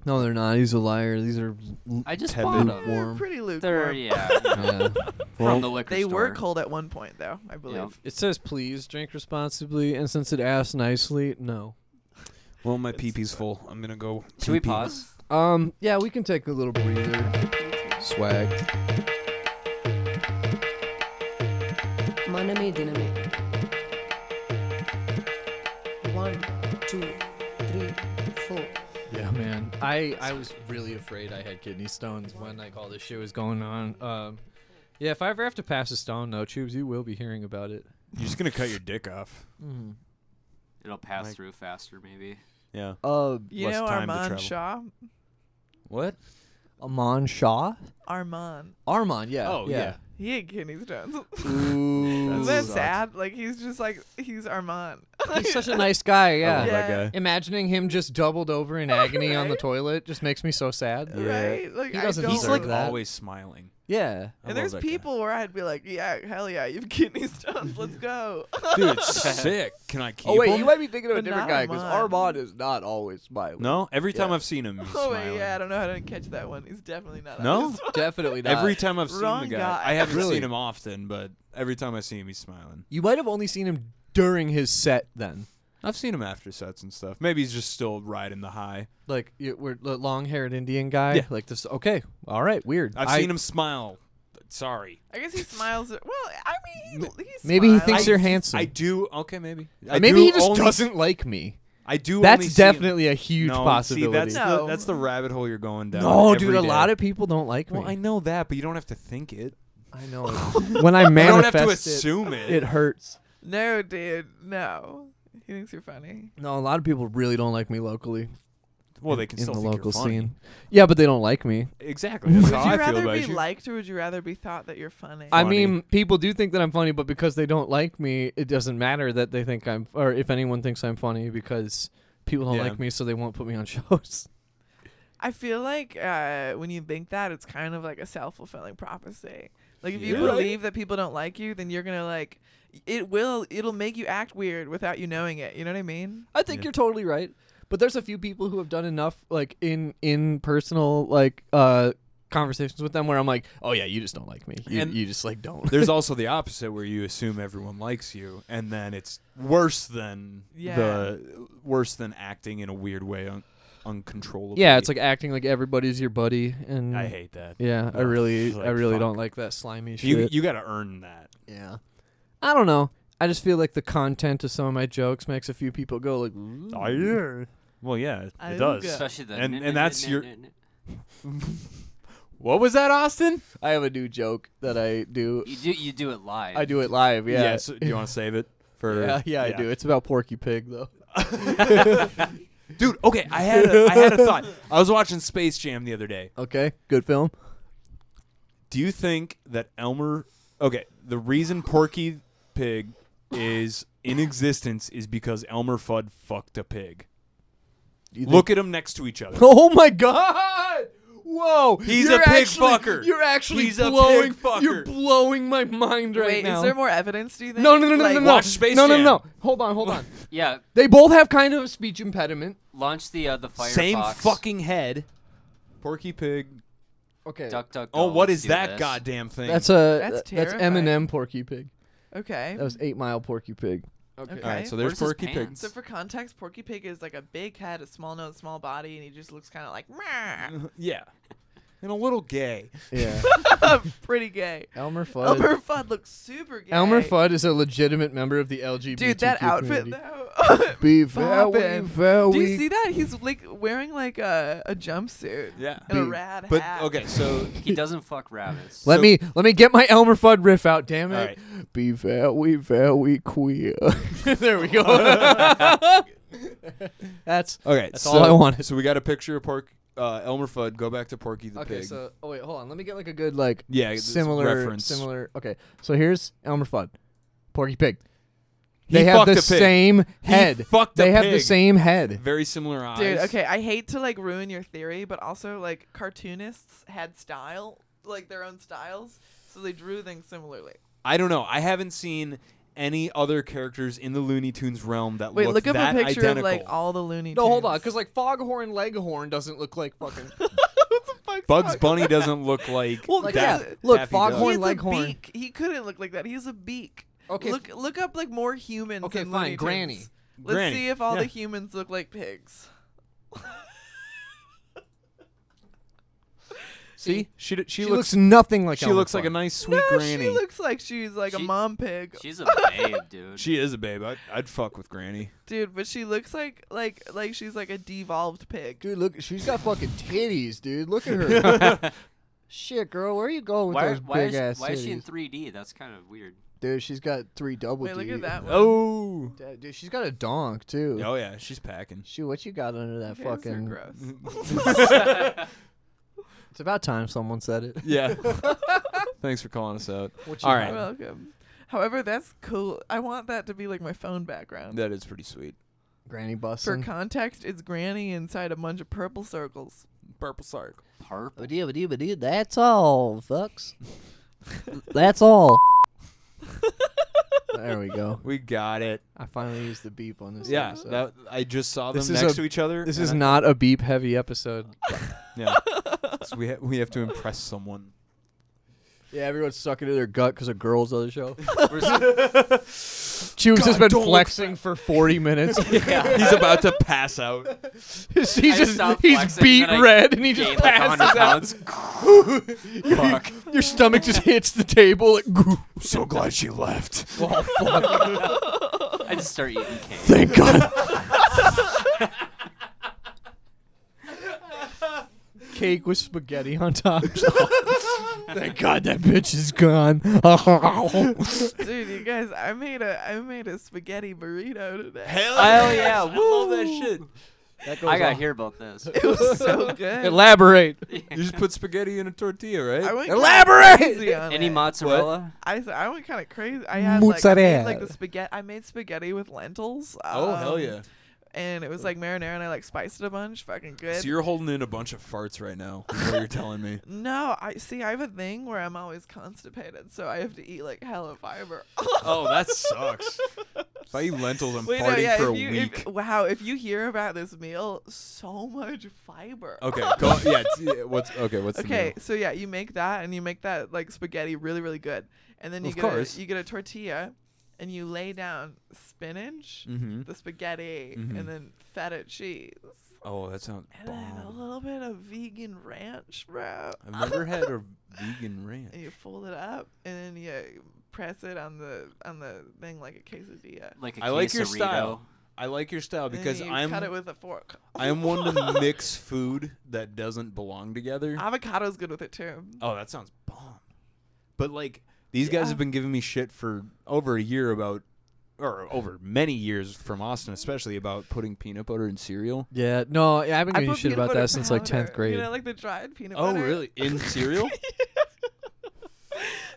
Speaker 4: No, they're not. He's a liar. These are. l-
Speaker 1: I just
Speaker 2: Tepid.
Speaker 1: bought
Speaker 3: They're
Speaker 1: them.
Speaker 4: Lukewarm.
Speaker 3: pretty
Speaker 1: They're
Speaker 2: [laughs]
Speaker 3: lukewarm.
Speaker 1: yeah
Speaker 4: [laughs] yeah.
Speaker 1: from the liquor
Speaker 3: They
Speaker 1: store.
Speaker 3: were cold at one point though, I believe.
Speaker 4: It says please drink responsibly, and since it asks nicely, no.
Speaker 2: Well, my pee pee's full. I'm gonna go.
Speaker 1: Should we
Speaker 2: pee-pee.
Speaker 1: pause?
Speaker 4: Um. Yeah, we can take a little breather. Swag.
Speaker 7: Maname diname. One, two, three, four.
Speaker 4: Yeah, man. I I was really afraid I had kidney stones when like all this shit was going on. Um, yeah, if I ever have to pass a stone, no tubes, you will be hearing about it.
Speaker 2: You're just gonna cut your dick off.
Speaker 4: Mm-hmm.
Speaker 1: It'll pass
Speaker 2: Like-
Speaker 1: through faster, maybe.
Speaker 2: Yeah.
Speaker 4: Uh,
Speaker 3: You
Speaker 2: Less
Speaker 3: know
Speaker 2: time to
Speaker 3: Armand
Speaker 2: travel.
Speaker 3: Shaw?
Speaker 2: What?
Speaker 4: Armand Shaw,
Speaker 3: Armand.
Speaker 4: Armand, yeah.
Speaker 2: Oh, yeah.
Speaker 3: He had kidney stones.
Speaker 2: Ooh.
Speaker 3: Isn't that sad? Like he's just like he's Armand. [laughs]
Speaker 4: He's [laughs] such a nice guy. Yeah.
Speaker 2: love that
Speaker 3: Yeah.
Speaker 2: guy.
Speaker 4: Imagining him just doubled over in agony on [laughs] the toilet just makes me so sad.
Speaker 3: right?
Speaker 4: He
Speaker 3: Like
Speaker 4: doesn't
Speaker 3: I don't
Speaker 4: He's like that.
Speaker 2: always smiling.
Speaker 4: Yeah.
Speaker 2: I love
Speaker 3: And there's
Speaker 2: that guy.
Speaker 3: people where I'd be like, yeah, hell yeah, you've kidney stones. Let's go. [laughs]
Speaker 4: [laughs]
Speaker 2: Dude, sick. Can I keep
Speaker 4: Oh wait,
Speaker 2: him?
Speaker 4: you might be thinking of a
Speaker 3: But
Speaker 4: different
Speaker 3: not
Speaker 4: guy because
Speaker 3: mine.
Speaker 4: Armand is not always smiling.
Speaker 2: No, every time
Speaker 4: Yeah.
Speaker 2: I've seen him, he's
Speaker 4: [laughs]
Speaker 3: oh wait,
Speaker 2: smiling.
Speaker 3: yeah, I don't know how to catch that one. He's definitely not. on
Speaker 2: No?
Speaker 3: this one.
Speaker 4: Definitely not.
Speaker 2: Every time I've seen
Speaker 3: Wrong
Speaker 2: the guy,
Speaker 3: guy.
Speaker 2: I haven't
Speaker 4: Really?
Speaker 2: seen him often, but every time I see him, he's smiling.
Speaker 4: you might have only seen him during his set then.
Speaker 2: I've seen him after sets and stuff. Maybe he's just still riding the high.
Speaker 4: like you, we're the long-haired Indian guy.
Speaker 2: Yeah.
Speaker 4: Like this. Okay. All right. Weird.
Speaker 2: I've
Speaker 4: I-
Speaker 2: seen him smile. Sorry,
Speaker 3: I guess he smiles. At, well, I mean, he, he
Speaker 4: Maybe he
Speaker 3: smiles.
Speaker 4: thinks
Speaker 2: I-
Speaker 4: you're handsome.
Speaker 2: I do. Okay, maybe. I
Speaker 4: maybe
Speaker 2: do
Speaker 4: he just
Speaker 2: only-
Speaker 4: doesn't like me.
Speaker 2: I do. only
Speaker 4: That's
Speaker 2: see him-
Speaker 4: definitely a huge
Speaker 2: no,
Speaker 4: possibility.
Speaker 2: See, that's the,
Speaker 3: No.
Speaker 2: that's the rabbit hole you're going down.
Speaker 4: no,
Speaker 2: every
Speaker 4: dude. A
Speaker 2: day.
Speaker 4: lot of people don't like me.
Speaker 2: Well, I know that, but you don't have to think it.
Speaker 4: I know. it. [laughs] when I
Speaker 2: [laughs] You don't
Speaker 4: manifest
Speaker 2: have to
Speaker 4: it,
Speaker 2: assume it.
Speaker 4: it hurts.
Speaker 3: No, dude, no. He thinks you're funny.
Speaker 4: No, a lot of people really don't like me locally
Speaker 2: well, they can
Speaker 4: in
Speaker 2: still
Speaker 4: the
Speaker 2: think
Speaker 4: local
Speaker 2: you're funny.
Speaker 4: scene. Yeah, but they don't like me.
Speaker 2: Exactly. That's
Speaker 3: Would
Speaker 2: how
Speaker 3: you
Speaker 2: I feel
Speaker 3: rather
Speaker 2: about
Speaker 3: be
Speaker 2: you.
Speaker 3: liked or would you rather be thought that you're funny?
Speaker 4: I
Speaker 2: Funny.
Speaker 4: mean, people do think that I'm funny, but because they don't like me, it doesn't matter that they think I'm, or if anyone thinks I'm funny, because people don't
Speaker 2: Yeah.
Speaker 4: like me, so they won't put me on [laughs] shows.
Speaker 3: I feel like uh, when you think that, it's kind of like a self fulfilling prophecy. Like if you
Speaker 2: Yeah. Right.
Speaker 3: believe that people don't like you, then you're gonna like it will it'll make you act weird without you knowing it. You know what I mean?
Speaker 4: I think
Speaker 2: Yeah.
Speaker 4: you're totally right. But there's a few people who have done enough like in in personal like uh conversations with them where I'm like, "Oh yeah, you just don't like me. You,
Speaker 2: And-
Speaker 4: you just like
Speaker 2: [laughs]
Speaker 4: don't." [laughs]
Speaker 2: There's also the opposite where you assume everyone likes you, and then it's worse than
Speaker 3: Yeah.
Speaker 2: the worse than acting in a weird way, un- uncontrollably.
Speaker 4: yeah, it's like acting like everybody's your buddy and
Speaker 2: I hate that.
Speaker 4: Yeah, I
Speaker 2: Ugh,
Speaker 4: really
Speaker 2: like,
Speaker 4: I really
Speaker 2: fuck.
Speaker 4: don't like that slimy shit.
Speaker 2: You you got to earn that.
Speaker 4: yeah. I don't know. I just feel like the content of some of my jokes makes a few people go like,
Speaker 2: Oh, yeah. Well, yeah, it
Speaker 3: I
Speaker 2: does.
Speaker 3: Yeah.
Speaker 1: Especially the
Speaker 2: And-
Speaker 1: n-
Speaker 2: and
Speaker 1: n-
Speaker 2: that's
Speaker 1: n-
Speaker 2: your-
Speaker 1: n- n-
Speaker 2: [laughs] What was that, Austin?
Speaker 4: "I have a new joke that I do.
Speaker 1: You do you do it live.
Speaker 4: I do it live." Yeah.
Speaker 2: Yeah, so do you want to save it for?
Speaker 4: [laughs] yeah, yeah, I do. It's about Porky Pig though.
Speaker 2: Dude, okay, I had a, I had a thought. I was watching Space Jam the other day.
Speaker 4: Okay. Good film.
Speaker 2: Do you think that Elmer? Okay, the reason Porky Pig is in existence is because Elmer Fudd fucked a pig. Look at them next to each other.
Speaker 4: [laughs] Oh my god! Whoa!
Speaker 2: He's
Speaker 4: You're
Speaker 2: a pig
Speaker 4: actually-
Speaker 2: fucker.
Speaker 4: You're actually
Speaker 2: He's a pig
Speaker 4: blowing. You're
Speaker 2: fucker.
Speaker 4: blowing my mind right
Speaker 3: Wait,
Speaker 4: now.
Speaker 3: is there more evidence? Do you think?
Speaker 4: no, no, no, no,
Speaker 3: Like-
Speaker 4: no, no.
Speaker 2: Watch Space
Speaker 4: no, no,
Speaker 2: Jam.
Speaker 4: no, no. Hold on,
Speaker 3: [laughs]
Speaker 4: hold on.
Speaker 1: Yeah,
Speaker 4: They both have kind of a speech impediment.
Speaker 1: launch the uh, the firefox.
Speaker 2: Same fucking head. Porky Pig.
Speaker 4: Okay.
Speaker 1: Duck, duck.
Speaker 2: Oh,
Speaker 1: go,
Speaker 2: what
Speaker 1: let's
Speaker 2: is
Speaker 1: do
Speaker 2: that
Speaker 1: this.
Speaker 2: goddamn thing?
Speaker 4: That's a
Speaker 3: That's
Speaker 4: that's, that's
Speaker 3: terrifying.
Speaker 4: Eminem Porky Pig.
Speaker 3: Okay.
Speaker 4: That was Eight Mile Porky Pig.
Speaker 3: Okay.
Speaker 2: All right, so
Speaker 1: Where's
Speaker 2: there's
Speaker 1: his
Speaker 2: Porky Pig.
Speaker 1: pants?
Speaker 3: So for context, Porky Pig is like a big head, a small nose, small body, and he just looks kind of like
Speaker 4: [laughs]
Speaker 3: "Meow."
Speaker 2: [laughs] Yeah. And a little gay.
Speaker 4: Yeah.
Speaker 3: [laughs] pretty gay.
Speaker 4: Elmer Fudd.
Speaker 3: Elmer Fudd looks super gay.
Speaker 4: Elmer Fudd is a legitimate member of the LGBT
Speaker 3: Dude, that outfit
Speaker 4: community.
Speaker 3: though. [laughs]
Speaker 4: Be
Speaker 3: Bob
Speaker 4: very,
Speaker 3: and-
Speaker 4: very.
Speaker 3: Do you see that? He's like wearing like a, a jumpsuit
Speaker 4: [laughs]
Speaker 2: Yeah.
Speaker 3: and a
Speaker 4: Be-
Speaker 3: rad
Speaker 2: But
Speaker 3: hat.
Speaker 2: okay, so
Speaker 1: He doesn't fuck rabbits.
Speaker 4: Let
Speaker 2: So-
Speaker 4: me let me get my Elmer Fudd riff out. Damn it!
Speaker 2: All right.
Speaker 4: Be very very queer. [laughs] there we
Speaker 2: [laughs]
Speaker 4: go. That's
Speaker 2: okay,
Speaker 4: That's
Speaker 2: so,
Speaker 4: all I
Speaker 2: [laughs]
Speaker 4: wanted.
Speaker 2: So we got a picture of Pork uh, Elmer Fudd. Go back to Porky the
Speaker 4: okay.
Speaker 2: Pig.
Speaker 4: So oh wait, hold on. Let me get like a good like
Speaker 2: yeah, this
Speaker 4: similar
Speaker 2: reference.
Speaker 4: similar. Okay, so here's Elmer Fudd, Porky Pig.
Speaker 2: He
Speaker 4: they have
Speaker 2: fucked
Speaker 4: the
Speaker 2: a pig.
Speaker 4: same head.
Speaker 2: fucked a
Speaker 4: they have the
Speaker 2: pig.
Speaker 4: same head.
Speaker 2: Very similar eyes.
Speaker 3: Dude, okay, I hate to like ruin your theory, but also like cartoonists had style, like their own styles, so they drew things similarly.
Speaker 2: I don't know. I haven't seen any other characters in the Looney Tunes realm that
Speaker 3: Wait,
Speaker 2: looked
Speaker 3: look up
Speaker 2: that
Speaker 3: a picture
Speaker 2: identical.
Speaker 3: of like all the Looney.
Speaker 4: No, hold on,
Speaker 3: Tunes.
Speaker 4: because like Foghorn Leghorn doesn't [laughs] look like fucking.
Speaker 3: [laughs] what the fuck's
Speaker 2: Bugs
Speaker 3: wrong?
Speaker 2: Bunny doesn't
Speaker 3: [laughs]
Speaker 2: look like
Speaker 3: Well,
Speaker 2: Daff-
Speaker 3: yeah,
Speaker 4: look,
Speaker 2: Daffy
Speaker 3: He
Speaker 2: Duck.
Speaker 4: Foghorn
Speaker 3: has
Speaker 4: Leghorn.
Speaker 3: A beak. He couldn't look like that. He has a beak.
Speaker 4: Okay,
Speaker 3: Look, look up like more humans.
Speaker 4: Okay, fine,
Speaker 3: in Looney Tunes.
Speaker 4: Granny.
Speaker 3: Let's
Speaker 2: Granny,
Speaker 3: see if all the
Speaker 2: yeah.
Speaker 3: humans look like pigs.
Speaker 2: See, she d-
Speaker 4: she
Speaker 2: she, looks,
Speaker 4: looks nothing like.
Speaker 2: she
Speaker 4: Elmer
Speaker 2: looks like a
Speaker 4: Fudd.
Speaker 2: nice sweet
Speaker 3: [laughs] No,
Speaker 2: granny.
Speaker 3: she looks like she's like a
Speaker 1: She-
Speaker 3: mom pig.
Speaker 1: She's a babe,
Speaker 2: [laughs]
Speaker 1: dude.
Speaker 2: she is a babe. I'd, I'd fuck with Granny.
Speaker 3: dude but she looks like like like she's like a devolved pig
Speaker 4: Dude, look, she's got fucking titties, dude. Look [laughs] at her. Shit, girl, where are you going with
Speaker 1: why,
Speaker 4: those
Speaker 1: why,
Speaker 4: big
Speaker 1: is,
Speaker 4: ass
Speaker 1: why
Speaker 4: titties?
Speaker 1: is she in 3D? That's kind of weird.
Speaker 4: dude, she's got three double.
Speaker 3: wait look at
Speaker 4: D.
Speaker 3: that one.
Speaker 2: Oh,
Speaker 4: Dude, Dude, she's got a donk too.
Speaker 2: oh yeah, she's
Speaker 3: [laughs]
Speaker 2: packing.
Speaker 4: Shoot, what you got under that
Speaker 3: Pigs are
Speaker 4: fucking? [laughs]
Speaker 3: gross [laughs]
Speaker 4: It's about time someone said it.
Speaker 2: Yeah. Thanks for calling us out.
Speaker 4: What
Speaker 2: All right.
Speaker 3: You're welcome however that's cool i want that to be like my phone background
Speaker 2: That is pretty sweet.
Speaker 4: Granny
Speaker 3: for
Speaker 4: busting.
Speaker 3: context it's granny inside a bunch of
Speaker 4: [laughs]
Speaker 3: purple circles
Speaker 2: Purple Sark.
Speaker 1: Purple.
Speaker 4: That's all, fucks.
Speaker 3: [laughs]
Speaker 4: That's all. there we go.
Speaker 2: We got it.
Speaker 4: I finally used the beep on this.
Speaker 2: Yeah,
Speaker 4: episode.
Speaker 2: that I just saw them
Speaker 4: This is
Speaker 2: next
Speaker 4: a-
Speaker 2: to each other.
Speaker 4: this
Speaker 2: and
Speaker 4: is
Speaker 2: I-
Speaker 4: not a beep heavy episode.
Speaker 2: [laughs] Yeah. So we ha- we have to impress
Speaker 3: [laughs]
Speaker 2: someone.
Speaker 4: Yeah, everyone's stuck into their gut because of girls on the
Speaker 1: [laughs]
Speaker 4: show.
Speaker 1: We're so-
Speaker 4: Chubbs has
Speaker 2: God,
Speaker 4: been
Speaker 2: don't look
Speaker 4: flexing for 40
Speaker 1: [laughs]
Speaker 4: minutes. [laughs]
Speaker 2: He's about to pass out.
Speaker 4: he's
Speaker 1: I
Speaker 4: just,
Speaker 1: stopped
Speaker 4: he's
Speaker 1: flexing
Speaker 4: beat
Speaker 1: and I
Speaker 4: red and he just
Speaker 1: gained like
Speaker 4: passes
Speaker 1: 100
Speaker 4: out.
Speaker 1: pounds. Fuck.
Speaker 4: [laughs] Your stomach just hits the table. Like, "Goo."
Speaker 2: so
Speaker 1: [laughs]
Speaker 2: glad she left.
Speaker 1: I just start eating cake.
Speaker 4: thank
Speaker 1: [laughs]
Speaker 4: God. Cake with spaghetti on top. [laughs] thank God that bitch is gone. [laughs]
Speaker 3: dude you guys i made a i made a spaghetti burrito today
Speaker 1: Oh yeah, woo! I love that shit. I gotta
Speaker 4: on.
Speaker 1: hear about this.
Speaker 3: [laughs] it was so good
Speaker 4: Elaborate.
Speaker 2: [laughs] You just put spaghetti in a tortilla, right?
Speaker 3: I went kinda
Speaker 4: Elaborate!
Speaker 3: crazy on
Speaker 1: Any
Speaker 3: it.
Speaker 1: mozzarella?
Speaker 3: I, s- I went kind of crazy. I had like, I made,
Speaker 4: Mozzarella.
Speaker 3: like the spaghetti. I made spaghetti with lentils.
Speaker 2: oh hell
Speaker 3: um,
Speaker 2: yeah!
Speaker 3: and it was like marinara and I like spiced it a bunch. Fucking good.
Speaker 2: So you're holding in a bunch of farts right now. Is what you're telling me?
Speaker 3: no, I see. I have a thing where I'm always constipated, so I have to eat like hella fiber.
Speaker 2: [laughs]
Speaker 3: [laughs]
Speaker 2: Oh, that sucks. If I eat lentils, I'm
Speaker 3: Wait,
Speaker 2: farting
Speaker 3: no, yeah.
Speaker 2: for a
Speaker 3: if you,
Speaker 2: week.
Speaker 3: If, wow, if you hear about this meal, so much fiber.
Speaker 2: okay, go, yeah. t- yeah, What's okay? What's the
Speaker 3: Okay,
Speaker 2: meal?
Speaker 3: so yeah, you make that and you make that like spaghetti really, really good, and then you
Speaker 2: Of
Speaker 3: get
Speaker 2: course.
Speaker 3: A, you get a tortilla, and you lay down spinach,
Speaker 2: Mhm.
Speaker 3: the spaghetti,
Speaker 2: Mhm.
Speaker 3: and then feta cheese,
Speaker 2: Oh, that sounds
Speaker 3: and then a
Speaker 2: bomb.
Speaker 3: little bit of vegan ranch, bro.
Speaker 2: I've never had a vegan ranch.
Speaker 3: and you fold it up and then you press it on the on the thing like a quesadilla.
Speaker 1: Like a
Speaker 2: I like your
Speaker 1: quesarito.
Speaker 2: style. I like your style
Speaker 3: And then
Speaker 2: because
Speaker 3: you
Speaker 2: I'm
Speaker 3: cut it with a fork.
Speaker 2: I'm one to mix food that doesn't belong together.
Speaker 3: [laughs] Avocado's good with it too.
Speaker 2: Oh, that sounds bomb. But like these
Speaker 3: Yeah.
Speaker 2: guys have been giving me shit for over a year about or over many years from Austin especially about putting peanut butter in cereal.
Speaker 4: Yeah, no, yeah, I've been
Speaker 3: I
Speaker 4: giving
Speaker 3: put
Speaker 4: shit
Speaker 3: peanut
Speaker 4: about
Speaker 3: butter
Speaker 4: that since like
Speaker 3: powder,
Speaker 4: 10th grade.
Speaker 2: [laughs]
Speaker 3: [laughs] You know, like the dried peanut
Speaker 2: Oh,
Speaker 3: butter.
Speaker 2: really? In cereal?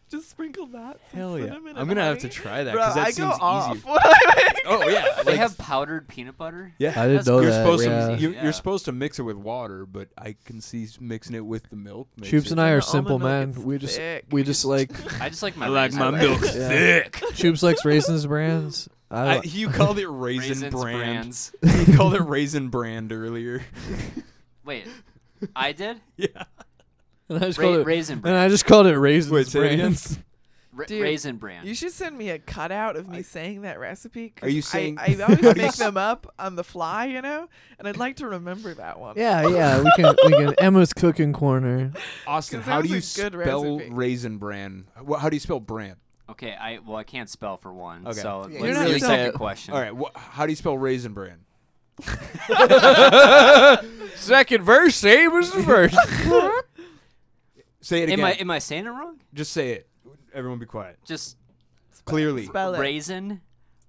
Speaker 3: Just sprinkle that. some
Speaker 2: Hell yeah.
Speaker 3: cinnamon
Speaker 2: I'm
Speaker 3: and
Speaker 2: gonna have to
Speaker 3: honey?
Speaker 2: try that
Speaker 3: Bro,
Speaker 2: because that
Speaker 3: I go
Speaker 2: seems
Speaker 3: off. [laughs]
Speaker 2: easier. [laughs]
Speaker 3: when I make-
Speaker 2: Oh yeah,
Speaker 1: They
Speaker 2: like-
Speaker 1: have powdered peanut butter.
Speaker 2: yeah.
Speaker 4: I didn't
Speaker 1: That's-
Speaker 4: know
Speaker 2: you're
Speaker 4: that.
Speaker 2: supposed
Speaker 4: yeah.
Speaker 2: to you're,
Speaker 1: Yeah.
Speaker 2: you're supposed to mix it with water, but I can see s- mixing it with the milk. makes
Speaker 4: Shoops
Speaker 2: it-
Speaker 4: and I
Speaker 3: And
Speaker 4: are
Speaker 3: the
Speaker 4: simple,
Speaker 3: almond milk
Speaker 4: man.
Speaker 3: is
Speaker 4: We just
Speaker 3: thick.
Speaker 4: we just
Speaker 2: [laughs]
Speaker 4: like
Speaker 1: I just like my. raisin bread.
Speaker 4: Yeah.
Speaker 2: thick.
Speaker 4: Shoops likes raisins brands. I,
Speaker 2: [laughs] I,
Speaker 4: don't-
Speaker 2: you called it raisin
Speaker 1: Raisins
Speaker 2: brand.
Speaker 1: brands.
Speaker 2: [laughs] you called it raisin brand earlier.
Speaker 1: Wait, I did.
Speaker 2: yeah.
Speaker 4: and [laughs] I just
Speaker 1: Ra-
Speaker 4: called it [laughs]
Speaker 1: raisin
Speaker 4: and
Speaker 1: brand.
Speaker 4: I just called it raisins
Speaker 2: Wait, say it again? [laughs]
Speaker 4: brands.
Speaker 1: Ra-
Speaker 3: Dude,
Speaker 1: raisin brand.
Speaker 3: You should send me a cutout of me saying that recipe. 'cause
Speaker 2: Are you
Speaker 3: I-
Speaker 2: saying-
Speaker 3: I,
Speaker 2: [laughs] are you
Speaker 3: always make
Speaker 2: s-
Speaker 3: them up on the fly, you know? And I'd like to remember that one.
Speaker 4: Yeah, yeah. We can we
Speaker 2: [laughs]
Speaker 4: can Emma's cooking corner.
Speaker 2: Austin,
Speaker 3: 'Cause that
Speaker 2: how do
Speaker 3: was
Speaker 2: you
Speaker 3: a good
Speaker 2: spell
Speaker 3: recipe.
Speaker 2: raisin brand? Wha- how do you spell brand?
Speaker 1: Okay, I well I can't spell for one.
Speaker 2: Okay.
Speaker 1: So
Speaker 2: Yeah,
Speaker 1: let's
Speaker 4: you're not
Speaker 1: do the
Speaker 4: yourself.
Speaker 1: second question.
Speaker 2: All right, wha- how do you spell raisin brand?
Speaker 4: Second verse,
Speaker 1: eh?
Speaker 4: same as the first.
Speaker 2: Say it again.
Speaker 1: Am I am I saying it wrong?
Speaker 2: Just say it. Everyone, be quiet.
Speaker 1: Just
Speaker 2: Clearly,
Speaker 3: Spell it.
Speaker 1: raisin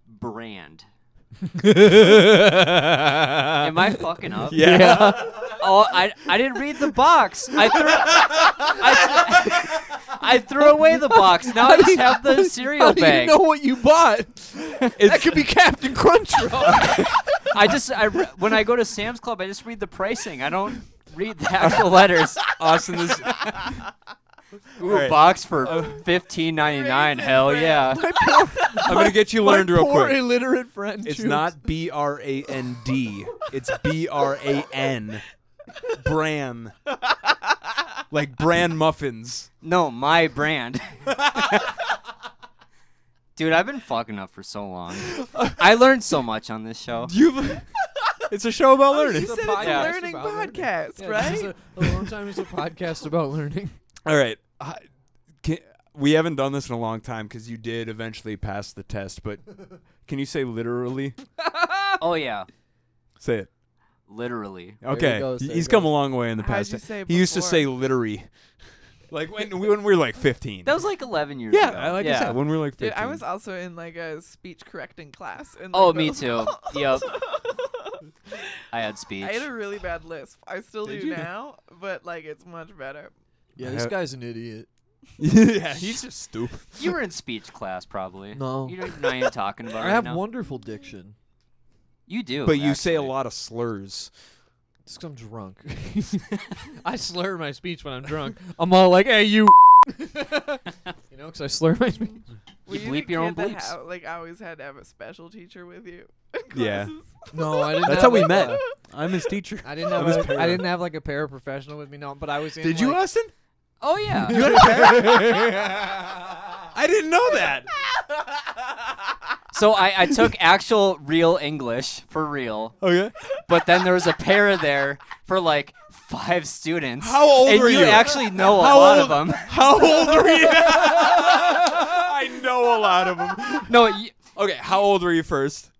Speaker 1: brand. Am I fucking
Speaker 2: [laughs] [laughs]
Speaker 1: up?
Speaker 2: Uh, Yeah.
Speaker 1: Oh, I I didn't read the box. I
Speaker 2: [laughs]
Speaker 1: threw I, [laughs] I threw away the box. Now I just have the cereal
Speaker 4: How do [laughs] you
Speaker 1: bag.
Speaker 4: know what you bought? that could be Captain
Speaker 2: [laughs]
Speaker 4: Crunch.
Speaker 1: I just I re- when I go to Sam's Club, I just read the pricing. I don't read the actual [laughs] letters.
Speaker 2: Austin, this
Speaker 1: Ooh,
Speaker 2: Alright.
Speaker 1: box for
Speaker 2: Uh,
Speaker 1: fifteen ninety nine. Hell yeah.
Speaker 2: I'm gonna get you learned real
Speaker 4: poor
Speaker 2: quick.
Speaker 4: illiterate friend.
Speaker 2: It's
Speaker 4: Shoops.
Speaker 2: not B R A N D. It's B R A N. Bran. Like bran muffins.
Speaker 1: No, my
Speaker 2: [laughs]
Speaker 1: brand. Dude, I've been fucking up for so
Speaker 2: [laughs]
Speaker 1: long. I learned so much on this show.
Speaker 2: You. [laughs] It's a show about
Speaker 3: Oh, You
Speaker 2: learning.
Speaker 3: said it's a
Speaker 1: podcast
Speaker 3: learning
Speaker 4: about learning. [laughs]
Speaker 3: podcast,
Speaker 4: Yeah,
Speaker 3: right?
Speaker 4: this is a, a long time
Speaker 2: [laughs]
Speaker 4: is a podcast about learning.
Speaker 2: All right. I- can- we haven't done this in a long time because you did eventually pass the test, [laughs] but can you say literally?
Speaker 1: Oh yeah,
Speaker 2: Say it.
Speaker 1: literally.
Speaker 2: Okay.
Speaker 4: goes, there
Speaker 2: He's
Speaker 4: it
Speaker 2: come a
Speaker 4: goes.
Speaker 2: long way in the
Speaker 3: How'd
Speaker 2: past.
Speaker 3: you
Speaker 2: ten-
Speaker 3: say
Speaker 2: he used to
Speaker 3: before?
Speaker 2: say literary. [laughs] Like when we, when we were like 15.
Speaker 1: That was like 11 years
Speaker 2: yeah,
Speaker 1: ago.
Speaker 2: I like I said, when we were like 15.
Speaker 3: Dude, I was [laughs] also in like a speech correcting class. In, like,
Speaker 1: Oh, me
Speaker 3: middle [laughs]
Speaker 1: too.
Speaker 3: school.
Speaker 1: Yep. I had [laughs] speech.
Speaker 3: I had a really bad lisp. I still
Speaker 2: Did
Speaker 3: do
Speaker 2: you?
Speaker 3: now, but like it's much better.
Speaker 4: Yeah, this guy's an idiot.
Speaker 2: [laughs] yeah, he's just stupid.
Speaker 1: You were in speech class, probably.
Speaker 4: No.
Speaker 1: You don't even know what I'm talking
Speaker 4: I
Speaker 1: about. right
Speaker 4: have
Speaker 1: now.
Speaker 4: wonderful diction.
Speaker 1: You do.
Speaker 2: But you say a
Speaker 1: actually.
Speaker 2: lot of slurs.
Speaker 4: It's 'cause I'm
Speaker 1: [laughs]
Speaker 4: drunk. I slur my speech when I'm drunk. [laughs] I'm all like, "Hey, you," [laughs] you know, because I slur my speech.
Speaker 3: Were
Speaker 1: You
Speaker 3: the
Speaker 1: bleep your own
Speaker 3: kid that
Speaker 1: bleeps.
Speaker 3: ha- like I always had to have a special teacher with you. [laughs] in
Speaker 2: Yeah.
Speaker 3: classes?
Speaker 4: [laughs] No, I didn't.
Speaker 2: That's how
Speaker 4: have
Speaker 2: we
Speaker 4: a-
Speaker 2: met. [laughs] I'm his teacher.
Speaker 4: I didn't have.
Speaker 2: was
Speaker 4: A,
Speaker 2: para.
Speaker 4: I didn't have like a paraprofessional with me. No, but I was. In,
Speaker 2: Did you,
Speaker 4: like-
Speaker 2: [laughs] Austin? [laughs]
Speaker 1: Oh, yeah.
Speaker 2: I didn't know [laughs] that.
Speaker 1: so I, I took actual real English for real,
Speaker 2: Okay.
Speaker 1: but then there was a pair there for like five students.
Speaker 2: How old
Speaker 1: and
Speaker 2: were you?
Speaker 1: actually know a
Speaker 2: How
Speaker 1: lot
Speaker 2: old-
Speaker 1: of them.
Speaker 2: How old were [laughs] you? I know a lot of them.
Speaker 1: No, you,
Speaker 2: Okay, how old were you first?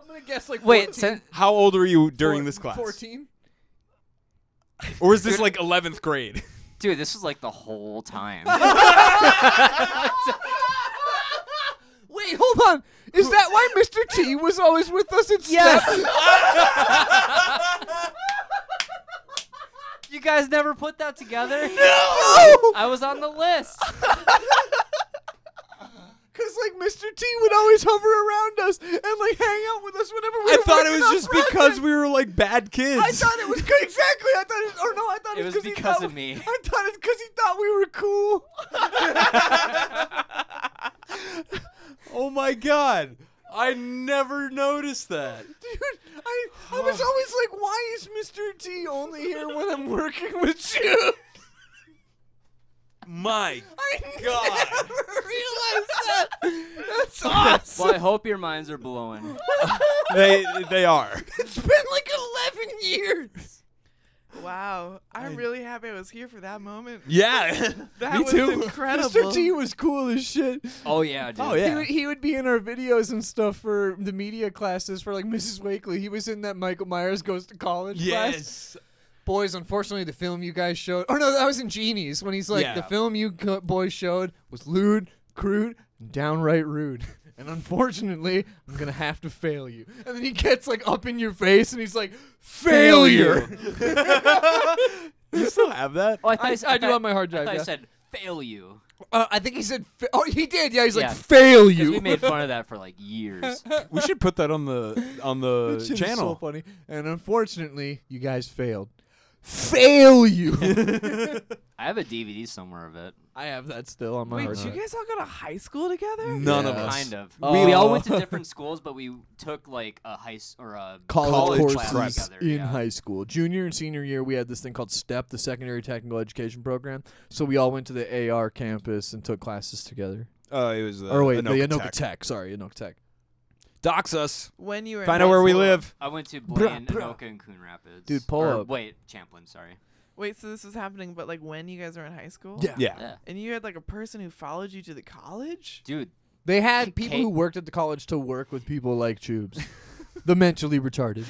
Speaker 4: I'm gonna guess like.
Speaker 1: wait.
Speaker 4: 14,
Speaker 1: Sen-
Speaker 2: How old were you during
Speaker 4: four-
Speaker 2: this class?
Speaker 4: Fourteen.
Speaker 2: Or was this like 11th grade? [laughs]
Speaker 1: dude, this was like the whole time.
Speaker 4: Wait, hold on. Is that why Mr. T was always with us at [laughs] Oh! Yes.
Speaker 1: you guys never put that together?
Speaker 4: Oh!
Speaker 1: I was on the list.
Speaker 4: Because like Mr. T would always hover around us and like hang out with us whenever we.
Speaker 2: I
Speaker 4: were
Speaker 2: thought it
Speaker 4: working
Speaker 2: was
Speaker 4: on
Speaker 2: just
Speaker 4: projects.
Speaker 2: because we were like bad kids.
Speaker 4: I thought it was exactly. I thought it, or no, I thought
Speaker 1: It
Speaker 4: it,
Speaker 1: was
Speaker 4: 'cause he
Speaker 1: because
Speaker 4: thought-
Speaker 1: of me.
Speaker 4: I thought it's because he thought we were cool. [laughs]
Speaker 2: oh my god. I never noticed that.
Speaker 4: Dude, I, I was always like, why is Mr. T only here when I'm working with [laughs] you?
Speaker 2: My
Speaker 4: I
Speaker 2: God.
Speaker 4: never realized that. That's awesome.
Speaker 1: Well, I hope your minds are blowing.
Speaker 2: they they are.
Speaker 4: It's been like 11 years.
Speaker 3: Wow, I'm really happy I was here for that moment.
Speaker 2: Yeah.
Speaker 3: That
Speaker 2: Me
Speaker 3: was
Speaker 2: too.
Speaker 3: incredible.
Speaker 4: Mr. T was cool as shit.
Speaker 1: Oh yeah, dude.
Speaker 2: Oh
Speaker 4: He,
Speaker 2: yeah.
Speaker 4: would, he would be in our videos and stuff for the media classes for like Mrs. Wakely. He was in that Michael Myers goes to college class.
Speaker 2: [laughs] Yes.
Speaker 4: Boys, unfortunately, the film you guys showed. Or no, that was in Genies when he's like,
Speaker 2: Yeah.
Speaker 4: the film you co- boys showed was lewd, crude, and downright rude. [laughs] And unfortunately, I'm going to have to fail you. And then he gets like up in your face and he's like, failure. [laughs]
Speaker 2: you still have that?
Speaker 1: Oh, I, thought you
Speaker 4: I,
Speaker 1: s-
Speaker 4: I do
Speaker 1: thought-
Speaker 4: on my hard
Speaker 1: I
Speaker 4: drive.
Speaker 1: thought you
Speaker 4: yeah.
Speaker 1: said fail you.
Speaker 4: Uh, I think he said. Fa- oh, he did. Yeah, he's
Speaker 1: Yeah.
Speaker 4: like fail
Speaker 1: 'Cause
Speaker 4: you.
Speaker 1: We
Speaker 4: [laughs]
Speaker 1: made fun of that for like years.
Speaker 2: we should put that on the on
Speaker 4: That
Speaker 2: the
Speaker 4: shit is So
Speaker 2: channel.
Speaker 4: funny. And unfortunately, you guys failed. Fail
Speaker 1: [laughs]
Speaker 4: you. [laughs]
Speaker 1: I have a DVD somewhere of it.
Speaker 4: I have that still on my
Speaker 3: Wait,
Speaker 4: hard
Speaker 3: did you
Speaker 4: drive.
Speaker 3: guys all go to high school together?
Speaker 2: None of
Speaker 4: Yeah.
Speaker 2: us.
Speaker 1: Kind of.
Speaker 4: Oh.
Speaker 1: We, we all
Speaker 4: [laughs]
Speaker 1: went to different schools, but we took like a high s- or a
Speaker 4: college,
Speaker 2: College
Speaker 4: courses
Speaker 2: prep.
Speaker 1: together,
Speaker 4: in
Speaker 1: yeah.
Speaker 4: high school. Junior and senior year, we had this thing called STEP, the Secondary Technical Education Program. So we all went to the AR campus and took classes together.
Speaker 8: Oh, it was. The,
Speaker 4: or wait,
Speaker 8: Anoka
Speaker 4: the Anoka
Speaker 8: Tech.
Speaker 4: Tech. Sorry, Anoka Tech.
Speaker 2: Uh, Dox us.
Speaker 3: When you were in
Speaker 2: Find out
Speaker 3: high
Speaker 2: where we
Speaker 3: school-
Speaker 2: live.
Speaker 1: I went to
Speaker 4: Bruh,
Speaker 1: Blaine,
Speaker 4: bruh.
Speaker 1: Anoka, and Coon Rapids.
Speaker 4: Dude, pull
Speaker 1: Or,
Speaker 4: up.
Speaker 1: Wait, Champlin. Sorry.
Speaker 3: Wait, so this was happening, but like when you guys were in high school?
Speaker 4: Yeah.
Speaker 2: Yeah.
Speaker 1: [laughs] Yeah.
Speaker 3: And you had like a person who followed you to the college?
Speaker 1: Dude,
Speaker 4: They had
Speaker 1: K-
Speaker 4: people
Speaker 1: K-
Speaker 4: who worked at the college to work with people like Tubes. the mentally
Speaker 2: [laughs]
Speaker 4: retarded.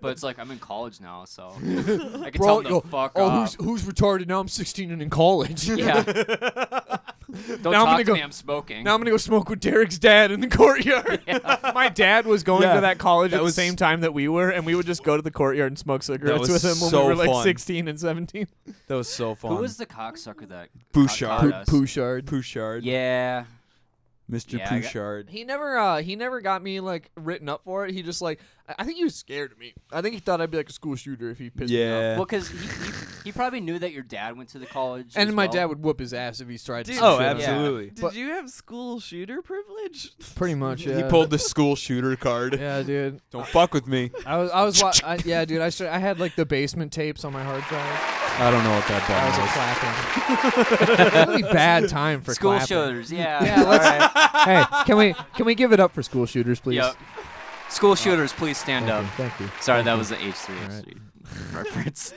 Speaker 1: but it's like I'm in college now,
Speaker 4: [laughs]
Speaker 1: so I can tell them
Speaker 4: yo,
Speaker 1: to fuck
Speaker 4: oh,
Speaker 1: off.
Speaker 4: Who's, [laughs] who's retarded? Now I'm 16 and in college. [laughs]
Speaker 1: Yeah. Don't
Speaker 4: Now I'm
Speaker 1: talk
Speaker 4: gonna
Speaker 1: to
Speaker 4: go-
Speaker 1: me. I'm smoking. [laughs]
Speaker 4: Now I'm gonna go smoke with Derek's dad in the courtyard. [laughs] My dad was going
Speaker 2: Yeah.
Speaker 4: to that college
Speaker 2: That
Speaker 4: at
Speaker 2: was-
Speaker 4: the same time that we were, and we would just go to the courtyard and smoke cigarettes
Speaker 2: was
Speaker 4: with him when
Speaker 2: so
Speaker 4: we were like
Speaker 2: fun.
Speaker 4: 16 and 17.
Speaker 2: That was so fun.
Speaker 1: Who was the cocksucker that
Speaker 2: Bouchard.
Speaker 1: caught us?
Speaker 4: Pouchard.
Speaker 2: Pouchard?
Speaker 1: Yeah.
Speaker 2: Mr.
Speaker 1: Yeah, I got-
Speaker 2: Pouchard.
Speaker 4: He never, uh, he never got me like written up for it. He just like, I- I think he was scared of me. I think he thought I'd be like a school shooter if he pissed me off.
Speaker 2: Yeah.
Speaker 1: Well, because he, he, he probably knew that your dad went to the college.
Speaker 4: And
Speaker 1: as
Speaker 4: my
Speaker 1: well.
Speaker 4: dad would whoop his ass if he tried to.
Speaker 3: Dude.
Speaker 4: some
Speaker 2: oh,
Speaker 4: shit on me.
Speaker 1: yeah.
Speaker 2: absolutely.
Speaker 3: Did
Speaker 4: But-
Speaker 3: you have school shooter privilege?
Speaker 4: Pretty much. Yeah.
Speaker 2: He pulled the school shooter card.
Speaker 4: Yeah, dude.
Speaker 2: Don't fuck with me.
Speaker 4: I was, I was, wa- I, yeah, dude. I, should, I had like the basement tapes on my hard drive.
Speaker 2: I don't know what
Speaker 4: I
Speaker 2: that
Speaker 4: was a clapping. [laughs] really bad time for
Speaker 1: School
Speaker 4: clapping.
Speaker 1: shooters. Yeah.
Speaker 4: [laughs] Yeah,
Speaker 1: all
Speaker 4: let's-
Speaker 1: right.
Speaker 4: Hey, can we can we give it up for school shooters, please?
Speaker 1: Yep. School shooters, please stand
Speaker 4: Thank
Speaker 1: up.
Speaker 4: you. Thank you.
Speaker 1: Sorry, that
Speaker 4: Thank
Speaker 1: was the H3H3 [laughs] reference.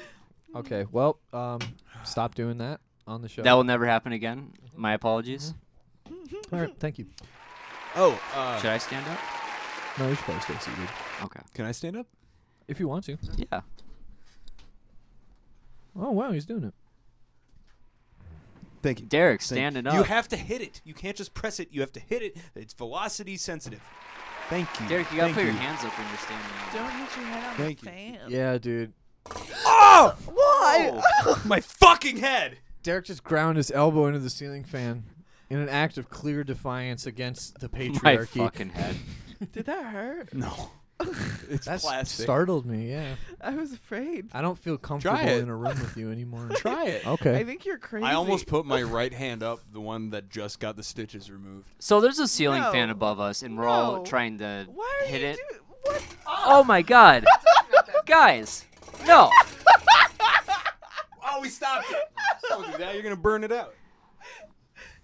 Speaker 4: you. Okay. Well, um, stop doing that on the show.
Speaker 1: That will never happen again. My apologies.
Speaker 4: All right. Thank you.
Speaker 8: Oh, uh,
Speaker 1: Should I stand up?
Speaker 4: No, you should probably stay seated
Speaker 1: Okay.
Speaker 8: can I stand up?
Speaker 4: if you want to.
Speaker 1: Yeah.
Speaker 4: Oh wow, he's doing it.
Speaker 8: Thank you.
Speaker 1: Derek, standing up.
Speaker 8: You have to hit it. You can't just press it. You have to hit it. It's velocity sensitive. Thank you.
Speaker 1: Derek, you gotta
Speaker 8: Thank
Speaker 1: put your hands up when you're standing up.
Speaker 3: [laughs] Don't hit your head on
Speaker 8: Thank
Speaker 3: the
Speaker 8: you.
Speaker 3: fan.
Speaker 4: Yeah, dude.
Speaker 1: Oh,
Speaker 3: Why?
Speaker 8: [laughs] My fucking head.
Speaker 4: Derek just ground his elbow into the ceiling fan in an act of clear defiance against the
Speaker 1: [laughs] My
Speaker 4: patriarchy.
Speaker 1: fucking head.
Speaker 4: Oh.
Speaker 3: Did that hurt?
Speaker 8: [laughs] No.
Speaker 2: It's
Speaker 4: That
Speaker 2: plastic.
Speaker 4: startled me. Yeah,
Speaker 3: I was afraid.
Speaker 4: I don't feel comfortable
Speaker 2: it.
Speaker 4: in a room with you
Speaker 1: [laughs]
Speaker 4: anymore.
Speaker 8: [laughs]
Speaker 2: Try
Speaker 4: [laughs]
Speaker 2: it.
Speaker 4: Okay.
Speaker 3: I think you're crazy.
Speaker 2: I almost put my right hand up, the one that just got the stitches removed.
Speaker 1: So there's a ceiling fan
Speaker 3: No.
Speaker 1: above us, and we're all
Speaker 3: No.
Speaker 1: trying to
Speaker 3: Why are
Speaker 1: hit
Speaker 3: you
Speaker 1: it.
Speaker 3: doing? What?
Speaker 1: [laughs] Oh my
Speaker 3: [laughs]
Speaker 1: god. Guys, no.
Speaker 2: Oh, we stopped it. Don't do that. You're gonna burn it out.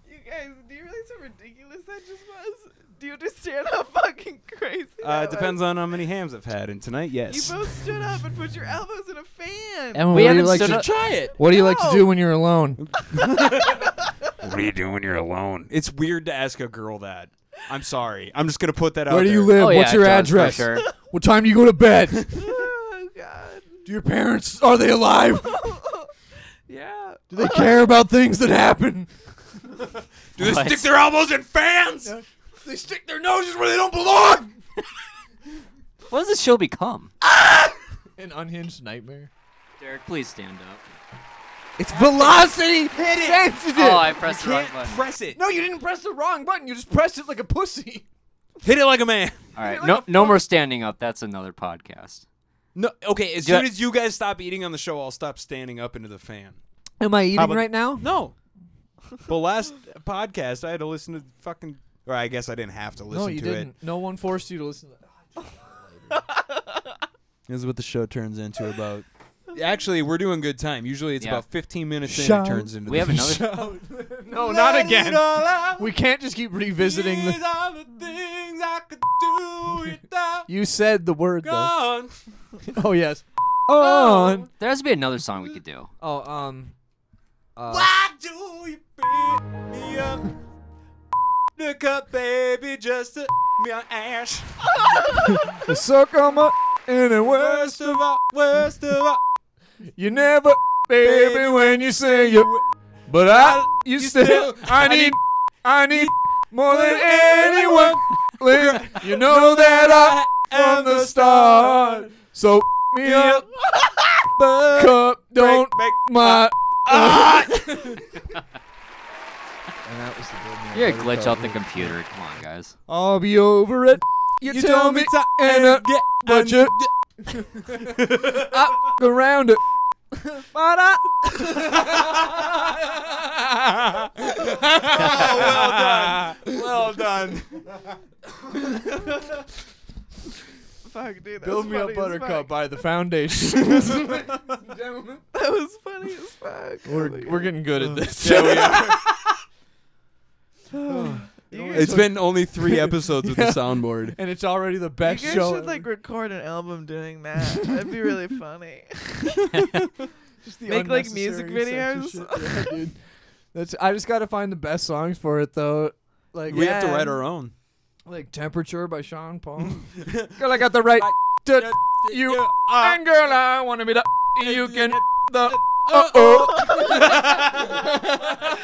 Speaker 3: You guys, do you realize how ridiculous that just was? Do you understand how fucking crazy?
Speaker 2: Uh,
Speaker 3: that
Speaker 2: it depends
Speaker 3: was?
Speaker 2: on how many hams I've had, and tonight,
Speaker 3: You
Speaker 2: yes.
Speaker 3: both stood up and put your elbows in a fan.
Speaker 4: Emma,
Speaker 1: We
Speaker 4: what do you
Speaker 1: haven't
Speaker 4: like
Speaker 1: stood
Speaker 4: to
Speaker 1: up-
Speaker 2: Try it.
Speaker 4: What do you like to
Speaker 3: No.
Speaker 4: do when you're alone?
Speaker 2: What are you doing? You're alone. It's weird to ask a girl that. I'm sorry. I'm just gonna put that out
Speaker 4: Where do you
Speaker 2: there.
Speaker 4: live?
Speaker 1: Oh,
Speaker 4: What's
Speaker 1: yeah,
Speaker 4: your
Speaker 1: Josh, for
Speaker 4: address? [laughs]
Speaker 1: sure.
Speaker 4: What time do you go to [laughs]
Speaker 1: [laughs]
Speaker 4: bed? do
Speaker 3: oh god.
Speaker 4: your parents are they alive?
Speaker 3: yeah.
Speaker 4: Do
Speaker 1: [laughs]
Speaker 4: they care about things that happen?
Speaker 2: Do they stick their elbows in fans?
Speaker 4: They stick their noses where they don't belong.
Speaker 1: What does this show become?
Speaker 4: An unhinged nightmare.
Speaker 1: Derek, please stand up.
Speaker 4: It's velocity sensitive.
Speaker 1: Oh, I pressed the wrong
Speaker 2: Can't
Speaker 1: button.
Speaker 2: press it.
Speaker 4: no, you didn't press the wrong button. You just pressed it like a pussy.
Speaker 2: Hit it like a man.
Speaker 1: All right, no, no more standing up. That's another podcast.
Speaker 2: No. Okay. As
Speaker 1: Yeah.
Speaker 2: soon as you guys stop eating on the show, I'll stop standing up into the fan.
Speaker 4: Am I eating
Speaker 2: about-
Speaker 4: right now?
Speaker 2: No. but last podcast, I had to listen to fucking. Or I guess I didn't have to
Speaker 4: [laughs]
Speaker 2: listen
Speaker 4: no, you
Speaker 2: to
Speaker 4: didn't. No one forced you to listen. to that.
Speaker 2: it. This is what the show turns into about. [laughs] Actually, we're doing good time. Usually, it's
Speaker 1: Yeah.
Speaker 2: about 15 minutes
Speaker 4: Shout.
Speaker 2: in. It turns into
Speaker 1: We have
Speaker 2: the
Speaker 1: another-
Speaker 2: [laughs]
Speaker 4: No, not again. We can't just keep revisiting.
Speaker 2: These
Speaker 4: The-
Speaker 2: are the things I could do [laughs] without
Speaker 4: you said the word though.
Speaker 2: God.
Speaker 4: [laughs] oh yes. On.
Speaker 1: There has to be another song we could do.
Speaker 4: Oh um. Uh,
Speaker 2: Why do you beat me up? Look up, baby, just to [laughs] me on ash.
Speaker 4: Suck on my [laughs] anywhere.
Speaker 2: Worst of all, worst of all.
Speaker 4: You never, [laughs] baby, when you say you, [laughs] but I, you still, [laughs] I need, I need [laughs] more than anyone. Live. [laughs] You know that I from the start. So me up,
Speaker 2: But
Speaker 3: Uh,
Speaker 4: cup, don't
Speaker 2: [laughs] make
Speaker 4: my.
Speaker 9: And that was the building.
Speaker 1: You're a glitch out the computer. Come on, guys.
Speaker 4: I'll be over it. You, tell me to and uh, get but you
Speaker 3: [laughs]
Speaker 4: I go around it. But I-
Speaker 2: Well done.
Speaker 3: [laughs] Fuck, dude. That
Speaker 4: Build
Speaker 3: was
Speaker 4: me a
Speaker 3: funny as
Speaker 4: buttercup
Speaker 3: fuck.
Speaker 4: by the
Speaker 3: [laughs]
Speaker 4: foundation.
Speaker 3: That was funny as fuck.
Speaker 4: we're,
Speaker 3: Holy
Speaker 4: we're getting good at this. [laughs]
Speaker 3: You guys
Speaker 2: It's
Speaker 3: should-
Speaker 2: been only three episodes with the soundboard.
Speaker 4: and it's already the
Speaker 3: You
Speaker 4: best
Speaker 3: guys
Speaker 4: show.
Speaker 3: should like record an album doing that. That'd be really funny. make, like, music videos. [laughs]
Speaker 4: That's I just gotta find the best songs for it though. Like
Speaker 2: We have to write our own.
Speaker 4: like Temperature by Sean Paul. girl, I got the right to you,
Speaker 2: uh,
Speaker 4: and girl, I wanna be the you can the uh oh.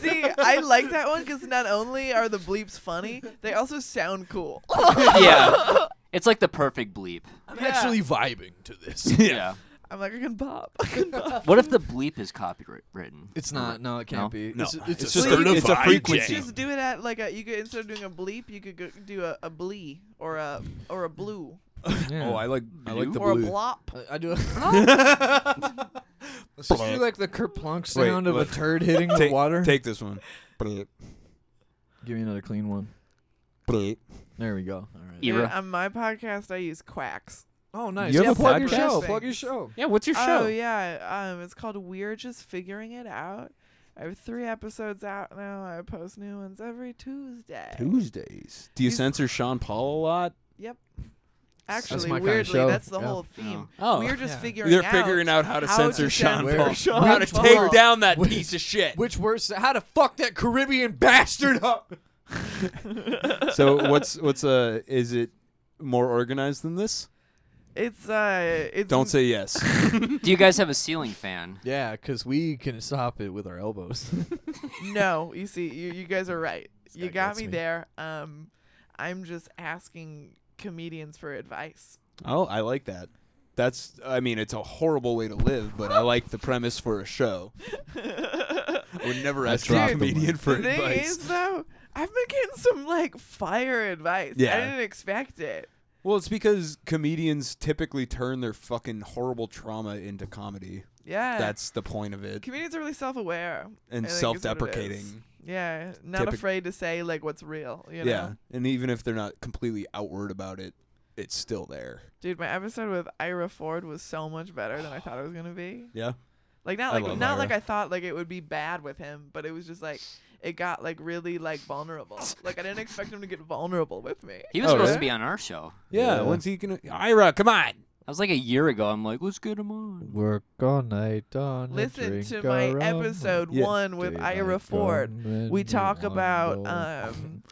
Speaker 3: See, I like that one because not only are the bleeps funny, they also sound cool.
Speaker 1: yeah. It's like the perfect bleep.
Speaker 4: I'm actually vibing to this.
Speaker 1: Yeah.
Speaker 3: I'm like, I can pop. I can
Speaker 1: [laughs]
Speaker 3: pop.
Speaker 1: What if the bleep is copyright written?
Speaker 4: It's not. No, it can't
Speaker 1: No?
Speaker 4: be.
Speaker 2: No,
Speaker 4: it's,
Speaker 2: it's
Speaker 4: it's just
Speaker 2: just a-
Speaker 4: a,
Speaker 2: it's a frequency.
Speaker 3: Just do it at like a. You could instead of doing a bleep, you could go, do a, a blee or a or a blue
Speaker 4: yeah.
Speaker 2: Oh, I like I like the
Speaker 3: or a
Speaker 2: blue.
Speaker 3: blop.
Speaker 4: Oh, I- I do. [laughs] Let's just do like the kerplunk sound of
Speaker 2: look.
Speaker 4: a turd hitting the
Speaker 2: Take-
Speaker 4: water.
Speaker 2: Take this one. Bleep,
Speaker 9: Give me another clean one.
Speaker 2: bleep.
Speaker 9: There we go. All right.
Speaker 3: Dude,
Speaker 1: Era.
Speaker 3: on my podcast, I use quacks.
Speaker 4: oh, nice.
Speaker 2: You have
Speaker 4: yeah,
Speaker 2: a
Speaker 4: plug your
Speaker 2: podcast?
Speaker 4: show.
Speaker 3: Things.
Speaker 4: Plug your show.
Speaker 1: Yeah, what's your
Speaker 3: Oh yeah, um, it's called We're Just Figuring It Out. I have three episodes out now. I post new ones every Tuesday.
Speaker 2: Tuesdays. Do you
Speaker 3: He's-
Speaker 2: censor Sean Paul a lot?
Speaker 3: Yep.
Speaker 4: That's
Speaker 3: Actually,
Speaker 4: my kinda
Speaker 3: weirdly,
Speaker 4: show.
Speaker 3: that's the
Speaker 4: Yeah.
Speaker 3: whole theme.
Speaker 2: Oh.
Speaker 3: We're just
Speaker 4: Yeah.
Speaker 3: figuring
Speaker 2: They're
Speaker 3: out
Speaker 2: figuring out how to
Speaker 3: how
Speaker 2: censor
Speaker 3: to
Speaker 2: Sean
Speaker 3: censor
Speaker 2: Paul.
Speaker 3: Sean
Speaker 2: How to
Speaker 3: Paul.
Speaker 2: take down that
Speaker 4: Wait.
Speaker 2: piece of shit.
Speaker 4: Which worse? How to fuck that Caribbean [laughs] bastard up?
Speaker 2: so what's what's uh is it more organized than this?
Speaker 3: It's uh, it's
Speaker 2: Don't say yes.
Speaker 1: Do you guys have a ceiling fan?
Speaker 4: Yeah, because we can stop it with our elbows.
Speaker 3: [laughs]
Speaker 4: [laughs]
Speaker 3: no. You see, you you guys are right. You
Speaker 9: guy
Speaker 3: got
Speaker 9: gets
Speaker 3: me
Speaker 9: me.
Speaker 3: there. Um, I'm just asking comedians for advice. [laughs]
Speaker 2: oh, I like that. That's I mean, it's a horrible way to live, but I like the premise for a show. I would never ask a
Speaker 9: dropped the
Speaker 2: comedian for
Speaker 3: the thing
Speaker 2: advice.
Speaker 3: is, though, I've been getting some like fire advice. I
Speaker 2: Yeah.
Speaker 3: didn't expect it.
Speaker 2: Well, it's because comedians typically turn their fucking horrible trauma into comedy.
Speaker 3: Yeah,
Speaker 2: That's the point of it.
Speaker 3: comedians are really self-aware
Speaker 2: And
Speaker 3: I think is what it is.
Speaker 2: self-deprecating.
Speaker 3: Yeah, not
Speaker 2: Typic-
Speaker 3: afraid to say like what's real. You know?
Speaker 2: Yeah. And even if they're not completely outward about it, it's still there.
Speaker 3: Dude, my episode with Ira Ford was so much better than I thought it was gonna be.
Speaker 2: Yeah.
Speaker 3: Like not
Speaker 2: I
Speaker 3: like
Speaker 2: love
Speaker 3: not
Speaker 2: Ira.
Speaker 3: like I thought like it would be bad with him, but it was just like it got like really like vulnerable. like I didn't expect him to get vulnerable with me.
Speaker 1: He was
Speaker 2: Oh,
Speaker 1: supposed
Speaker 2: really?
Speaker 1: to be on our show.
Speaker 2: Yeah, when's he gonna Ira, come on.
Speaker 1: That was like a year ago. I'm like, let's get him on.
Speaker 4: Work all night on.
Speaker 3: Listen to my episode
Speaker 2: Yeah.
Speaker 3: one with Ira Ford. We talk about
Speaker 4: [laughs]
Speaker 3: um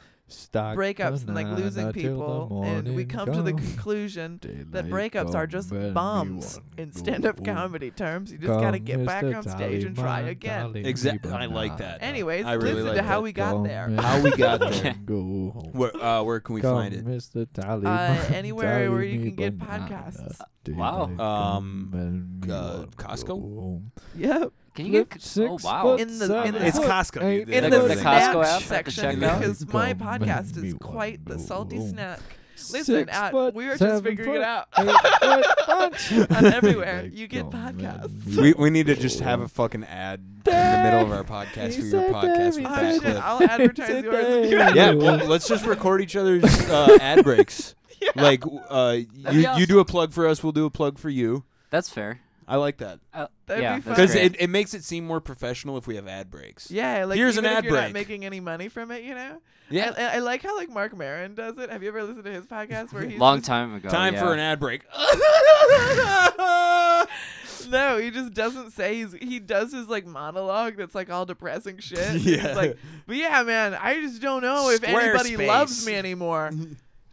Speaker 3: breakups and like losing people, and we come to the conclusion that breakups are just bums in stand-up comedy terms. You just gotta get back on stage and try again.
Speaker 2: Exactly. I like that.
Speaker 3: Anyways,
Speaker 2: I really
Speaker 3: listen
Speaker 2: like
Speaker 3: to how
Speaker 2: that.
Speaker 3: we got there.
Speaker 2: How we got there. [laughs] Where, uh, where can we find it?
Speaker 9: Mr. Tally.
Speaker 2: [laughs]
Speaker 3: Uh, anywhere where you can get podcasts. [laughs]
Speaker 1: Wow.
Speaker 2: Um, uh, Costco?
Speaker 3: Yep.
Speaker 1: Can you get? c- Oh
Speaker 9: Six
Speaker 1: wow.
Speaker 9: foot
Speaker 3: In the-
Speaker 9: seven
Speaker 3: in the- It's
Speaker 9: foot
Speaker 2: Costco, dude.
Speaker 9: eight
Speaker 2: In
Speaker 3: In
Speaker 1: Like
Speaker 3: the
Speaker 1: with
Speaker 9: inch.
Speaker 1: the Costco
Speaker 3: Snap
Speaker 1: app at the
Speaker 3: section
Speaker 1: checkout?
Speaker 3: because my
Speaker 9: Come
Speaker 3: podcast
Speaker 9: and
Speaker 3: is
Speaker 9: be
Speaker 3: quite the
Speaker 9: one.
Speaker 3: salty
Speaker 9: Boom.
Speaker 3: snack.
Speaker 9: Six
Speaker 3: Listen, out.
Speaker 9: foot,
Speaker 3: we are just
Speaker 9: seven
Speaker 3: figuring it
Speaker 9: foot,
Speaker 3: out.
Speaker 9: eight foot punch.
Speaker 3: [laughs] On everywhere you get
Speaker 9: Come and
Speaker 3: podcasts.
Speaker 9: be
Speaker 2: oh, We, we need to just have a fucking ad in the middle of our podcast for your podcast with
Speaker 3: [laughs] Oh
Speaker 2: that
Speaker 3: shit!
Speaker 2: clip.
Speaker 3: I'll advertise [laughs] yours.
Speaker 2: Yeah, well, let's just record each other's uh, ad breaks. Like, w- uh,
Speaker 1: be
Speaker 2: you you do a plug for us, we'll do a plug for you.
Speaker 1: That's fair.
Speaker 2: I like that
Speaker 1: Uh,
Speaker 3: That'd
Speaker 1: yeah,
Speaker 3: be
Speaker 1: that's
Speaker 2: because
Speaker 1: great.
Speaker 2: it, it makes it seem more professional if we have ad breaks.
Speaker 3: Yeah, like
Speaker 2: Here's
Speaker 3: even
Speaker 2: an
Speaker 3: if
Speaker 2: ad
Speaker 3: you're not
Speaker 2: break.
Speaker 3: making any money from it, you know.
Speaker 2: Yeah.
Speaker 3: I, I- I like how like Mark Maron does it. Have you ever listened to his
Speaker 1: [laughs]
Speaker 3: podcast where he's
Speaker 1: long
Speaker 3: just-
Speaker 1: time ago.
Speaker 2: Time for
Speaker 1: yeah.
Speaker 2: an [laughs] ad break.
Speaker 3: [laughs] No, he just doesn't say he's he does his like monologue that's like all depressing shit.
Speaker 2: [laughs] Yeah.
Speaker 3: He's like, but yeah, man, I just don't know if anybody loves
Speaker 2: Squarespace. [laughs]
Speaker 3: me anymore.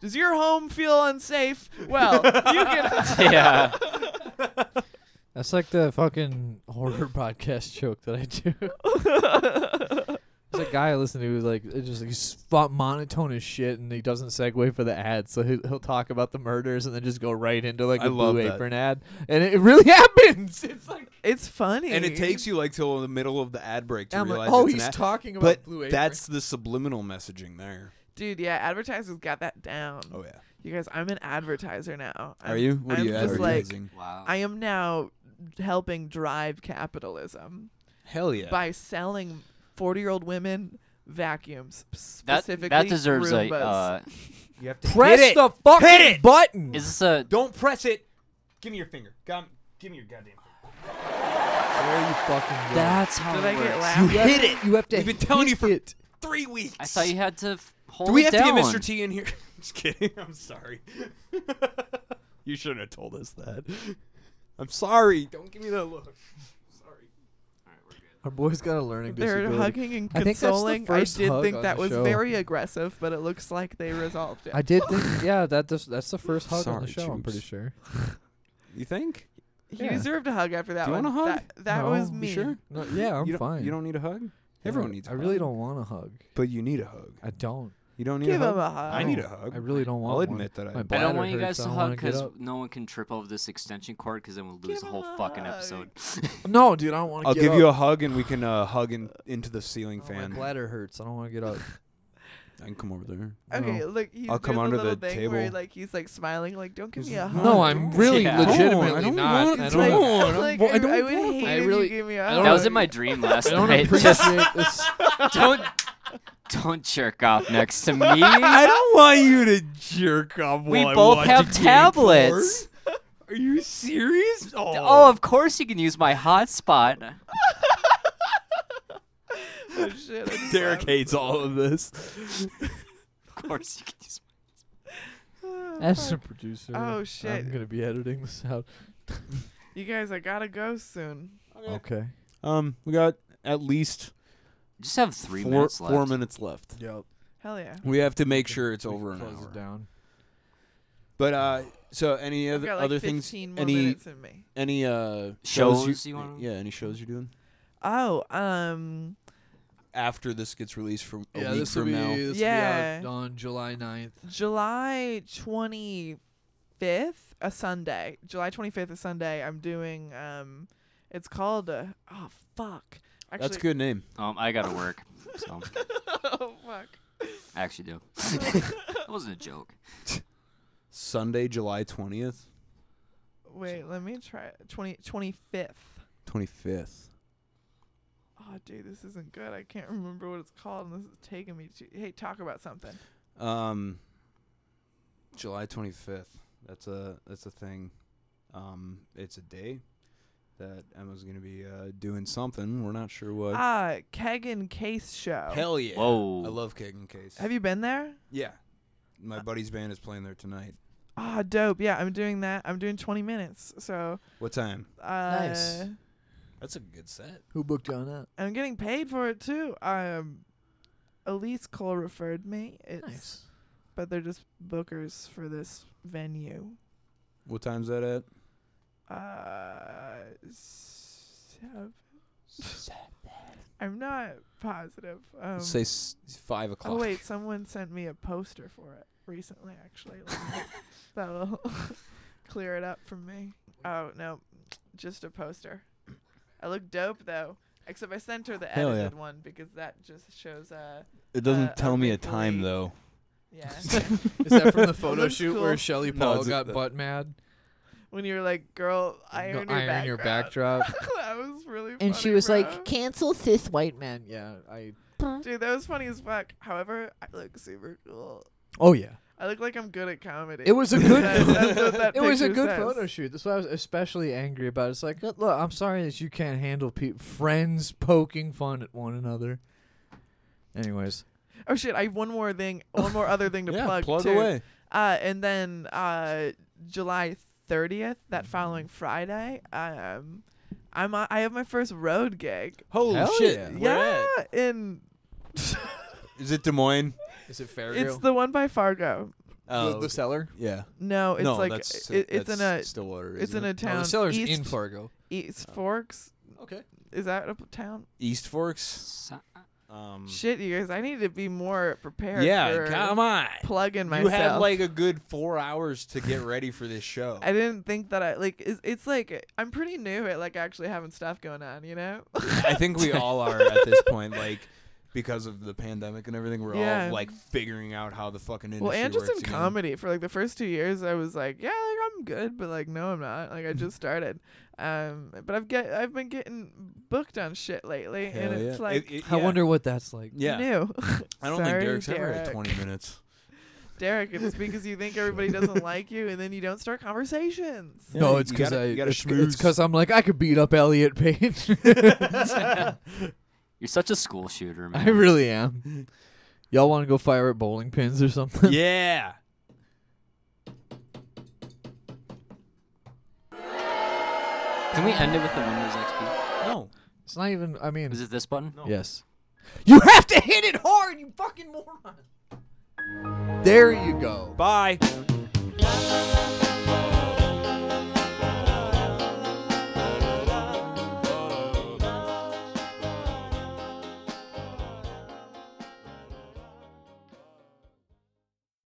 Speaker 3: Does your home feel unsafe? Well, you
Speaker 2: [laughs]
Speaker 1: [laughs]
Speaker 3: can
Speaker 1: yeah.
Speaker 4: [laughs] That's [laughs]
Speaker 3: [laughs]
Speaker 4: like the fucking horror podcast joke that I do. it's like guy I listen to is like it's just like he's fought monotone as shit, and he doesn't segue for the ad, so he'll, he'll talk about the murders and then just go right into like a
Speaker 2: I love
Speaker 4: blue
Speaker 2: that.
Speaker 4: apron ad, and it, it really [laughs] happens. It's like
Speaker 3: It's funny.
Speaker 2: and it takes you like till the middle of the ad break to
Speaker 4: I'm
Speaker 2: realize
Speaker 4: like, oh,
Speaker 2: it's an
Speaker 4: he's
Speaker 2: ad.
Speaker 4: talking about
Speaker 2: But
Speaker 4: blue apron.
Speaker 2: that's the subliminal messaging there.
Speaker 3: Dude, yeah, advertisers got that down.
Speaker 2: Oh yeah.
Speaker 3: You guys, I'm an advertiser now.
Speaker 2: Are
Speaker 3: I'm-
Speaker 2: you? What
Speaker 3: I'm
Speaker 2: are you
Speaker 3: just
Speaker 2: advertising?
Speaker 1: Wow.
Speaker 3: I am now helping drive capitalism
Speaker 2: Hell yeah.
Speaker 3: by selling 40 year old women vacuums
Speaker 1: that
Speaker 3: specifically.
Speaker 1: that deserves
Speaker 3: Roombas.
Speaker 1: a. Uh,
Speaker 10: You have to
Speaker 4: press
Speaker 10: hit it.
Speaker 4: the fucking
Speaker 10: Hit it!
Speaker 4: button.
Speaker 1: is this a?
Speaker 10: Don't press it. Give me your finger. Gum. Give me your goddamn.
Speaker 4: There you fucking go.
Speaker 1: That's how.
Speaker 3: Did
Speaker 1: it
Speaker 3: I get
Speaker 1: works.
Speaker 3: laughed? at?
Speaker 4: hit it. You have to.
Speaker 2: We've been telling you
Speaker 4: hit
Speaker 2: for
Speaker 4: it.
Speaker 2: three weeks.
Speaker 1: I thought you had to f- hold
Speaker 2: Do we
Speaker 1: it
Speaker 2: have to
Speaker 1: down.
Speaker 2: get Mr. T in here? [laughs] Just kidding. I'm sorry. [laughs] you shouldn't have told us that. I'm sorry. Don't give me that look.
Speaker 4: Our boy's got a learning
Speaker 3: They're
Speaker 4: disability.
Speaker 3: hugging and
Speaker 4: I think that's the
Speaker 3: consoling. I,
Speaker 4: first
Speaker 3: did
Speaker 4: hug
Speaker 3: think
Speaker 4: on
Speaker 3: that
Speaker 4: the
Speaker 3: was
Speaker 4: show.
Speaker 3: very aggressive, but it looks like they resolved it.
Speaker 4: I did
Speaker 2: [laughs]
Speaker 4: think, yeah, that this, that's the first hug on the
Speaker 2: Sorry,
Speaker 4: show. I'm
Speaker 2: Chooks.
Speaker 4: pretty sure.
Speaker 2: You think?
Speaker 3: he
Speaker 4: yeah.
Speaker 3: deserved a hug after that
Speaker 2: Do you
Speaker 3: one.
Speaker 2: want a hug?
Speaker 3: That, that was
Speaker 4: No, you
Speaker 3: me.
Speaker 2: sure?
Speaker 4: No, yeah, I'm
Speaker 2: [laughs] you don't-
Speaker 4: fine.
Speaker 2: You don't need a hug. Everyone
Speaker 4: Yeah,
Speaker 2: needs.
Speaker 4: I
Speaker 2: a
Speaker 4: really
Speaker 2: hug.
Speaker 4: don't want a hug.
Speaker 2: But you need a hug.
Speaker 4: I don't.
Speaker 2: You don't need
Speaker 3: Give
Speaker 2: a
Speaker 3: him
Speaker 2: hug.
Speaker 3: a hug.
Speaker 2: I need a hug.
Speaker 4: I really don't want.
Speaker 2: I'll
Speaker 4: one.
Speaker 2: admit that I.
Speaker 4: My
Speaker 1: I don't
Speaker 4: bladder
Speaker 1: want you
Speaker 4: hurts,
Speaker 1: guys to
Speaker 4: I don't
Speaker 1: hug
Speaker 4: wanna get
Speaker 1: because
Speaker 4: up.
Speaker 1: no one can trip over this extension cord because then we'll lose
Speaker 3: Give
Speaker 1: the
Speaker 3: him
Speaker 1: whole
Speaker 3: a
Speaker 1: fucking
Speaker 3: hug.
Speaker 1: episode.
Speaker 4: [laughs] No, dude, I don't want to.
Speaker 2: I'll give you a hug and we can uh, hug in, into the ceiling
Speaker 4: My
Speaker 2: fan.
Speaker 4: bladder hurts. I don't want to
Speaker 2: [laughs]
Speaker 4: get up.
Speaker 2: I can come over there.
Speaker 3: Okay,
Speaker 4: No.
Speaker 3: look, he's
Speaker 2: I'll come
Speaker 3: doing
Speaker 2: under
Speaker 3: the little
Speaker 2: the
Speaker 3: thing where
Speaker 2: table.
Speaker 3: like he's like smiling, like don't give
Speaker 2: This
Speaker 3: me
Speaker 2: is
Speaker 3: a hug.
Speaker 2: not-
Speaker 4: No, I'm [laughs] really
Speaker 1: Yeah.
Speaker 4: legitimately
Speaker 2: I don't
Speaker 4: not.
Speaker 2: want
Speaker 4: I
Speaker 2: to.
Speaker 4: don't.
Speaker 3: Like,
Speaker 2: No,
Speaker 3: I'm
Speaker 2: I
Speaker 3: like,
Speaker 2: don't- I
Speaker 3: I,
Speaker 2: don't
Speaker 3: I would
Speaker 2: want
Speaker 3: hate
Speaker 4: I
Speaker 3: if
Speaker 4: really-
Speaker 3: you gave me a
Speaker 4: I
Speaker 3: hug.
Speaker 4: don't
Speaker 1: That was in my dream last
Speaker 4: I don't
Speaker 1: night. Just
Speaker 4: appreciate
Speaker 2: [laughs]
Speaker 4: this.
Speaker 1: don't don't jerk off next
Speaker 4: [laughs]
Speaker 1: to me.
Speaker 2: I don't want you to jerk off.
Speaker 1: we
Speaker 2: while I
Speaker 1: both
Speaker 2: watch a
Speaker 1: have
Speaker 2: game
Speaker 1: tablets.
Speaker 2: Are you serious? Oh,
Speaker 1: Oh, of course you can use
Speaker 4: [laughs]
Speaker 1: my hotspot.
Speaker 3: Oh, shit, I just
Speaker 2: Derek
Speaker 3: laughed.
Speaker 2: hates all of this.
Speaker 1: Of course you can use.
Speaker 3: Oh, [sighs]
Speaker 4: As a
Speaker 3: fuck.
Speaker 4: producer,
Speaker 3: Oh shit!
Speaker 4: I'm gonna be editing this out.
Speaker 3: You guys, I gotta go soon.
Speaker 11: Okay.
Speaker 2: Um, we got at least
Speaker 1: My... Just have three
Speaker 2: four
Speaker 1: minutes left.
Speaker 2: four minutes left.
Speaker 11: Yep.
Speaker 3: Hell yeah!
Speaker 2: We have to make sure it's over an
Speaker 11: Close
Speaker 2: hour.
Speaker 11: it down.
Speaker 2: But uh, so any
Speaker 3: I've
Speaker 2: other
Speaker 3: got like
Speaker 2: other
Speaker 3: 15
Speaker 2: things?
Speaker 3: more
Speaker 2: Any
Speaker 3: minutes in me.
Speaker 2: any uh
Speaker 1: Shows you wanna-
Speaker 2: yeah, any shows you're doing
Speaker 3: Oh, um,
Speaker 2: after this gets released from a
Speaker 4: yeah,
Speaker 2: week
Speaker 4: this will
Speaker 2: from
Speaker 4: be
Speaker 2: now?
Speaker 4: this
Speaker 3: Yeah.
Speaker 4: will be out on July 9th.
Speaker 3: July twenty fifth, a Sunday. July twenty fifth, a Sunday. I'm doing um, it's called uh oh fuck. Actually, [laughs]
Speaker 2: That's a good name.
Speaker 1: Um, I gotta work, so
Speaker 3: oh
Speaker 2: [laughs]
Speaker 3: fuck.
Speaker 1: I actually
Speaker 4: [laughs]
Speaker 1: do. that wasn't a joke.
Speaker 2: Sunday, July twentieth,
Speaker 3: Wait, let me try. it. 20, 25th.
Speaker 2: twenty fifth.
Speaker 3: Oh, dude, this isn't good. I can't remember what it's called, and this is taking me to. Hey, talk about something.
Speaker 2: Um, July twenty fifth. That's a that's a thing. Um, it's a day that Emma's gonna be uh, doing something. We're not sure what.
Speaker 3: Ah, Kegan Case Show.
Speaker 2: Hell yeah!
Speaker 1: Whoa.
Speaker 2: I love Keg and Case.
Speaker 3: Have you been there?
Speaker 2: yeah, my buddy's band is playing there tonight.
Speaker 3: Ah, dope. Yeah, I'm doing that. I'm doing 20 minutes. So,
Speaker 2: What time?
Speaker 3: uh,
Speaker 11: Nice.
Speaker 2: That's a good set.
Speaker 11: Who booked you on that?
Speaker 3: I'm getting paid for it too. Um, Elise Cole referred me. It's,
Speaker 11: Nice.
Speaker 3: But they're just bookers for this venue.
Speaker 2: What time's that at?
Speaker 3: Uh, seven. [laughs] I'm not positive. Um,
Speaker 2: Let's say s- five o'clock.
Speaker 3: Oh wait, someone sent me a poster for it recently. Actually,
Speaker 4: [laughs]
Speaker 3: Let me- that'll [laughs] clear it up for me. Oh no, just a poster. I look dope though, except I sent her the
Speaker 2: Hell yeah.
Speaker 3: edited one because that just shows. Uh,
Speaker 2: It doesn't
Speaker 3: uh,
Speaker 2: tell me a
Speaker 3: make-believe.
Speaker 2: time though.
Speaker 4: [laughs]
Speaker 3: yeah,
Speaker 4: Is that
Speaker 3: [laughs]
Speaker 4: from the
Speaker 3: It
Speaker 4: photo
Speaker 3: looks
Speaker 4: shoot
Speaker 3: cool.
Speaker 4: where Shelly
Speaker 2: No,
Speaker 4: Paul
Speaker 2: it's a-
Speaker 4: got
Speaker 2: the-
Speaker 4: butt mad?
Speaker 3: when you're like, "Girl, iron,
Speaker 4: Go
Speaker 3: your,
Speaker 4: iron
Speaker 3: background.
Speaker 4: your backdrop.
Speaker 3: [laughs] that was really.
Speaker 6: And
Speaker 3: funny,
Speaker 6: she was
Speaker 3: bro.
Speaker 6: like, cancel this white man.
Speaker 11: Man, yeah, I.
Speaker 3: "Dude, that was funny as fuck." However, I look super cool.
Speaker 4: Oh yeah,
Speaker 3: I look like I'm good at comedy.
Speaker 4: it
Speaker 3: [laughs]
Speaker 4: was a good.
Speaker 3: That's- that's what
Speaker 4: [laughs]
Speaker 3: that
Speaker 4: it was a
Speaker 3: picture
Speaker 4: good
Speaker 3: says.
Speaker 4: photo shoot. That's what I was especially angry about. It's like, look, I'm sorry that you can't handle pe- friends poking fun at one another. Anyways,
Speaker 3: Oh shit! I have one
Speaker 2: [laughs]
Speaker 3: more thing, one more other thing to
Speaker 2: yeah,
Speaker 3: plug.
Speaker 2: plug
Speaker 3: too.
Speaker 2: away.
Speaker 3: Uh, and then uh, July 30th,
Speaker 2: Mm-hmm.
Speaker 3: that following Friday, um, I'm on, I have my first road gig.
Speaker 2: Holy
Speaker 4: Hell
Speaker 2: shit!
Speaker 4: yeah.
Speaker 2: Where
Speaker 3: yeah,
Speaker 2: at?
Speaker 3: in
Speaker 2: [laughs] Is it Des Moines?
Speaker 4: is it fair?
Speaker 3: it's the one by Fargo.
Speaker 2: Oh,
Speaker 4: the cellar.
Speaker 2: yeah.
Speaker 3: No, it's
Speaker 2: no,
Speaker 3: like
Speaker 2: that's,
Speaker 3: it, it's
Speaker 2: that's Oh,
Speaker 3: in a
Speaker 2: Stillwater.
Speaker 3: it's
Speaker 2: isn't
Speaker 3: in
Speaker 2: it?
Speaker 3: a town.
Speaker 4: Oh, the seller's
Speaker 3: East,
Speaker 4: in Fargo.
Speaker 2: Oh.
Speaker 3: East Forks.
Speaker 4: Okay.
Speaker 3: Is that a p- town?
Speaker 2: East Forks.
Speaker 1: So-
Speaker 2: Um, Um,
Speaker 3: Shit, you guys, I need to be more prepared.
Speaker 2: yeah,
Speaker 3: for
Speaker 2: come on.
Speaker 3: Plugging
Speaker 2: You
Speaker 3: myself.
Speaker 2: had like a good four hours to get ready for this show.
Speaker 3: [laughs] I didn't think that I like. It's, it's like I'm pretty new at like actually having stuff going on. You know.
Speaker 2: I think
Speaker 3: [laughs]
Speaker 2: we all are at this point, like because of the pandemic and everything, we're
Speaker 3: Yeah.
Speaker 2: all like figuring out how the fucking industry
Speaker 3: Well, and just
Speaker 2: works
Speaker 3: in
Speaker 2: again.
Speaker 3: comedy for like the first two years, I was like, yeah, like I'm good, but like no, I'm not. Like
Speaker 2: Mm-hmm.
Speaker 3: I just started, um, but I've get I've been getting booked on shit lately,
Speaker 2: Hell
Speaker 3: and
Speaker 2: yeah.
Speaker 3: it's like
Speaker 2: It- it-
Speaker 4: I
Speaker 2: yeah.
Speaker 4: wonder what that's like.
Speaker 2: Yeah,
Speaker 3: new. [laughs]
Speaker 2: I don't think
Speaker 3: Sorry,
Speaker 2: Derek's ever
Speaker 3: Derek.
Speaker 2: had 20 minutes.
Speaker 3: Derek, it's because you think everybody doesn't like you, and then you don't start conversations.
Speaker 2: Yeah,
Speaker 4: No, it's
Speaker 2: you
Speaker 4: because
Speaker 2: gotta-
Speaker 4: I.
Speaker 2: you gotta
Speaker 4: It's it's
Speaker 2: schmooze.
Speaker 4: 'cause I'm like I could beat up Elliot
Speaker 2: [laughs]
Speaker 4: Page. [laughs]
Speaker 1: You're such a school shooter, man.
Speaker 4: I really am. Y'all want to go fire at bowling pins or something?
Speaker 2: yeah.
Speaker 1: Can we end it with the Windows XP?
Speaker 2: No.
Speaker 4: It's not even. I mean,
Speaker 1: Is it this button?
Speaker 4: yes. You have to hit it hard, you fucking moron. There you go.
Speaker 2: Bye.
Speaker 12: la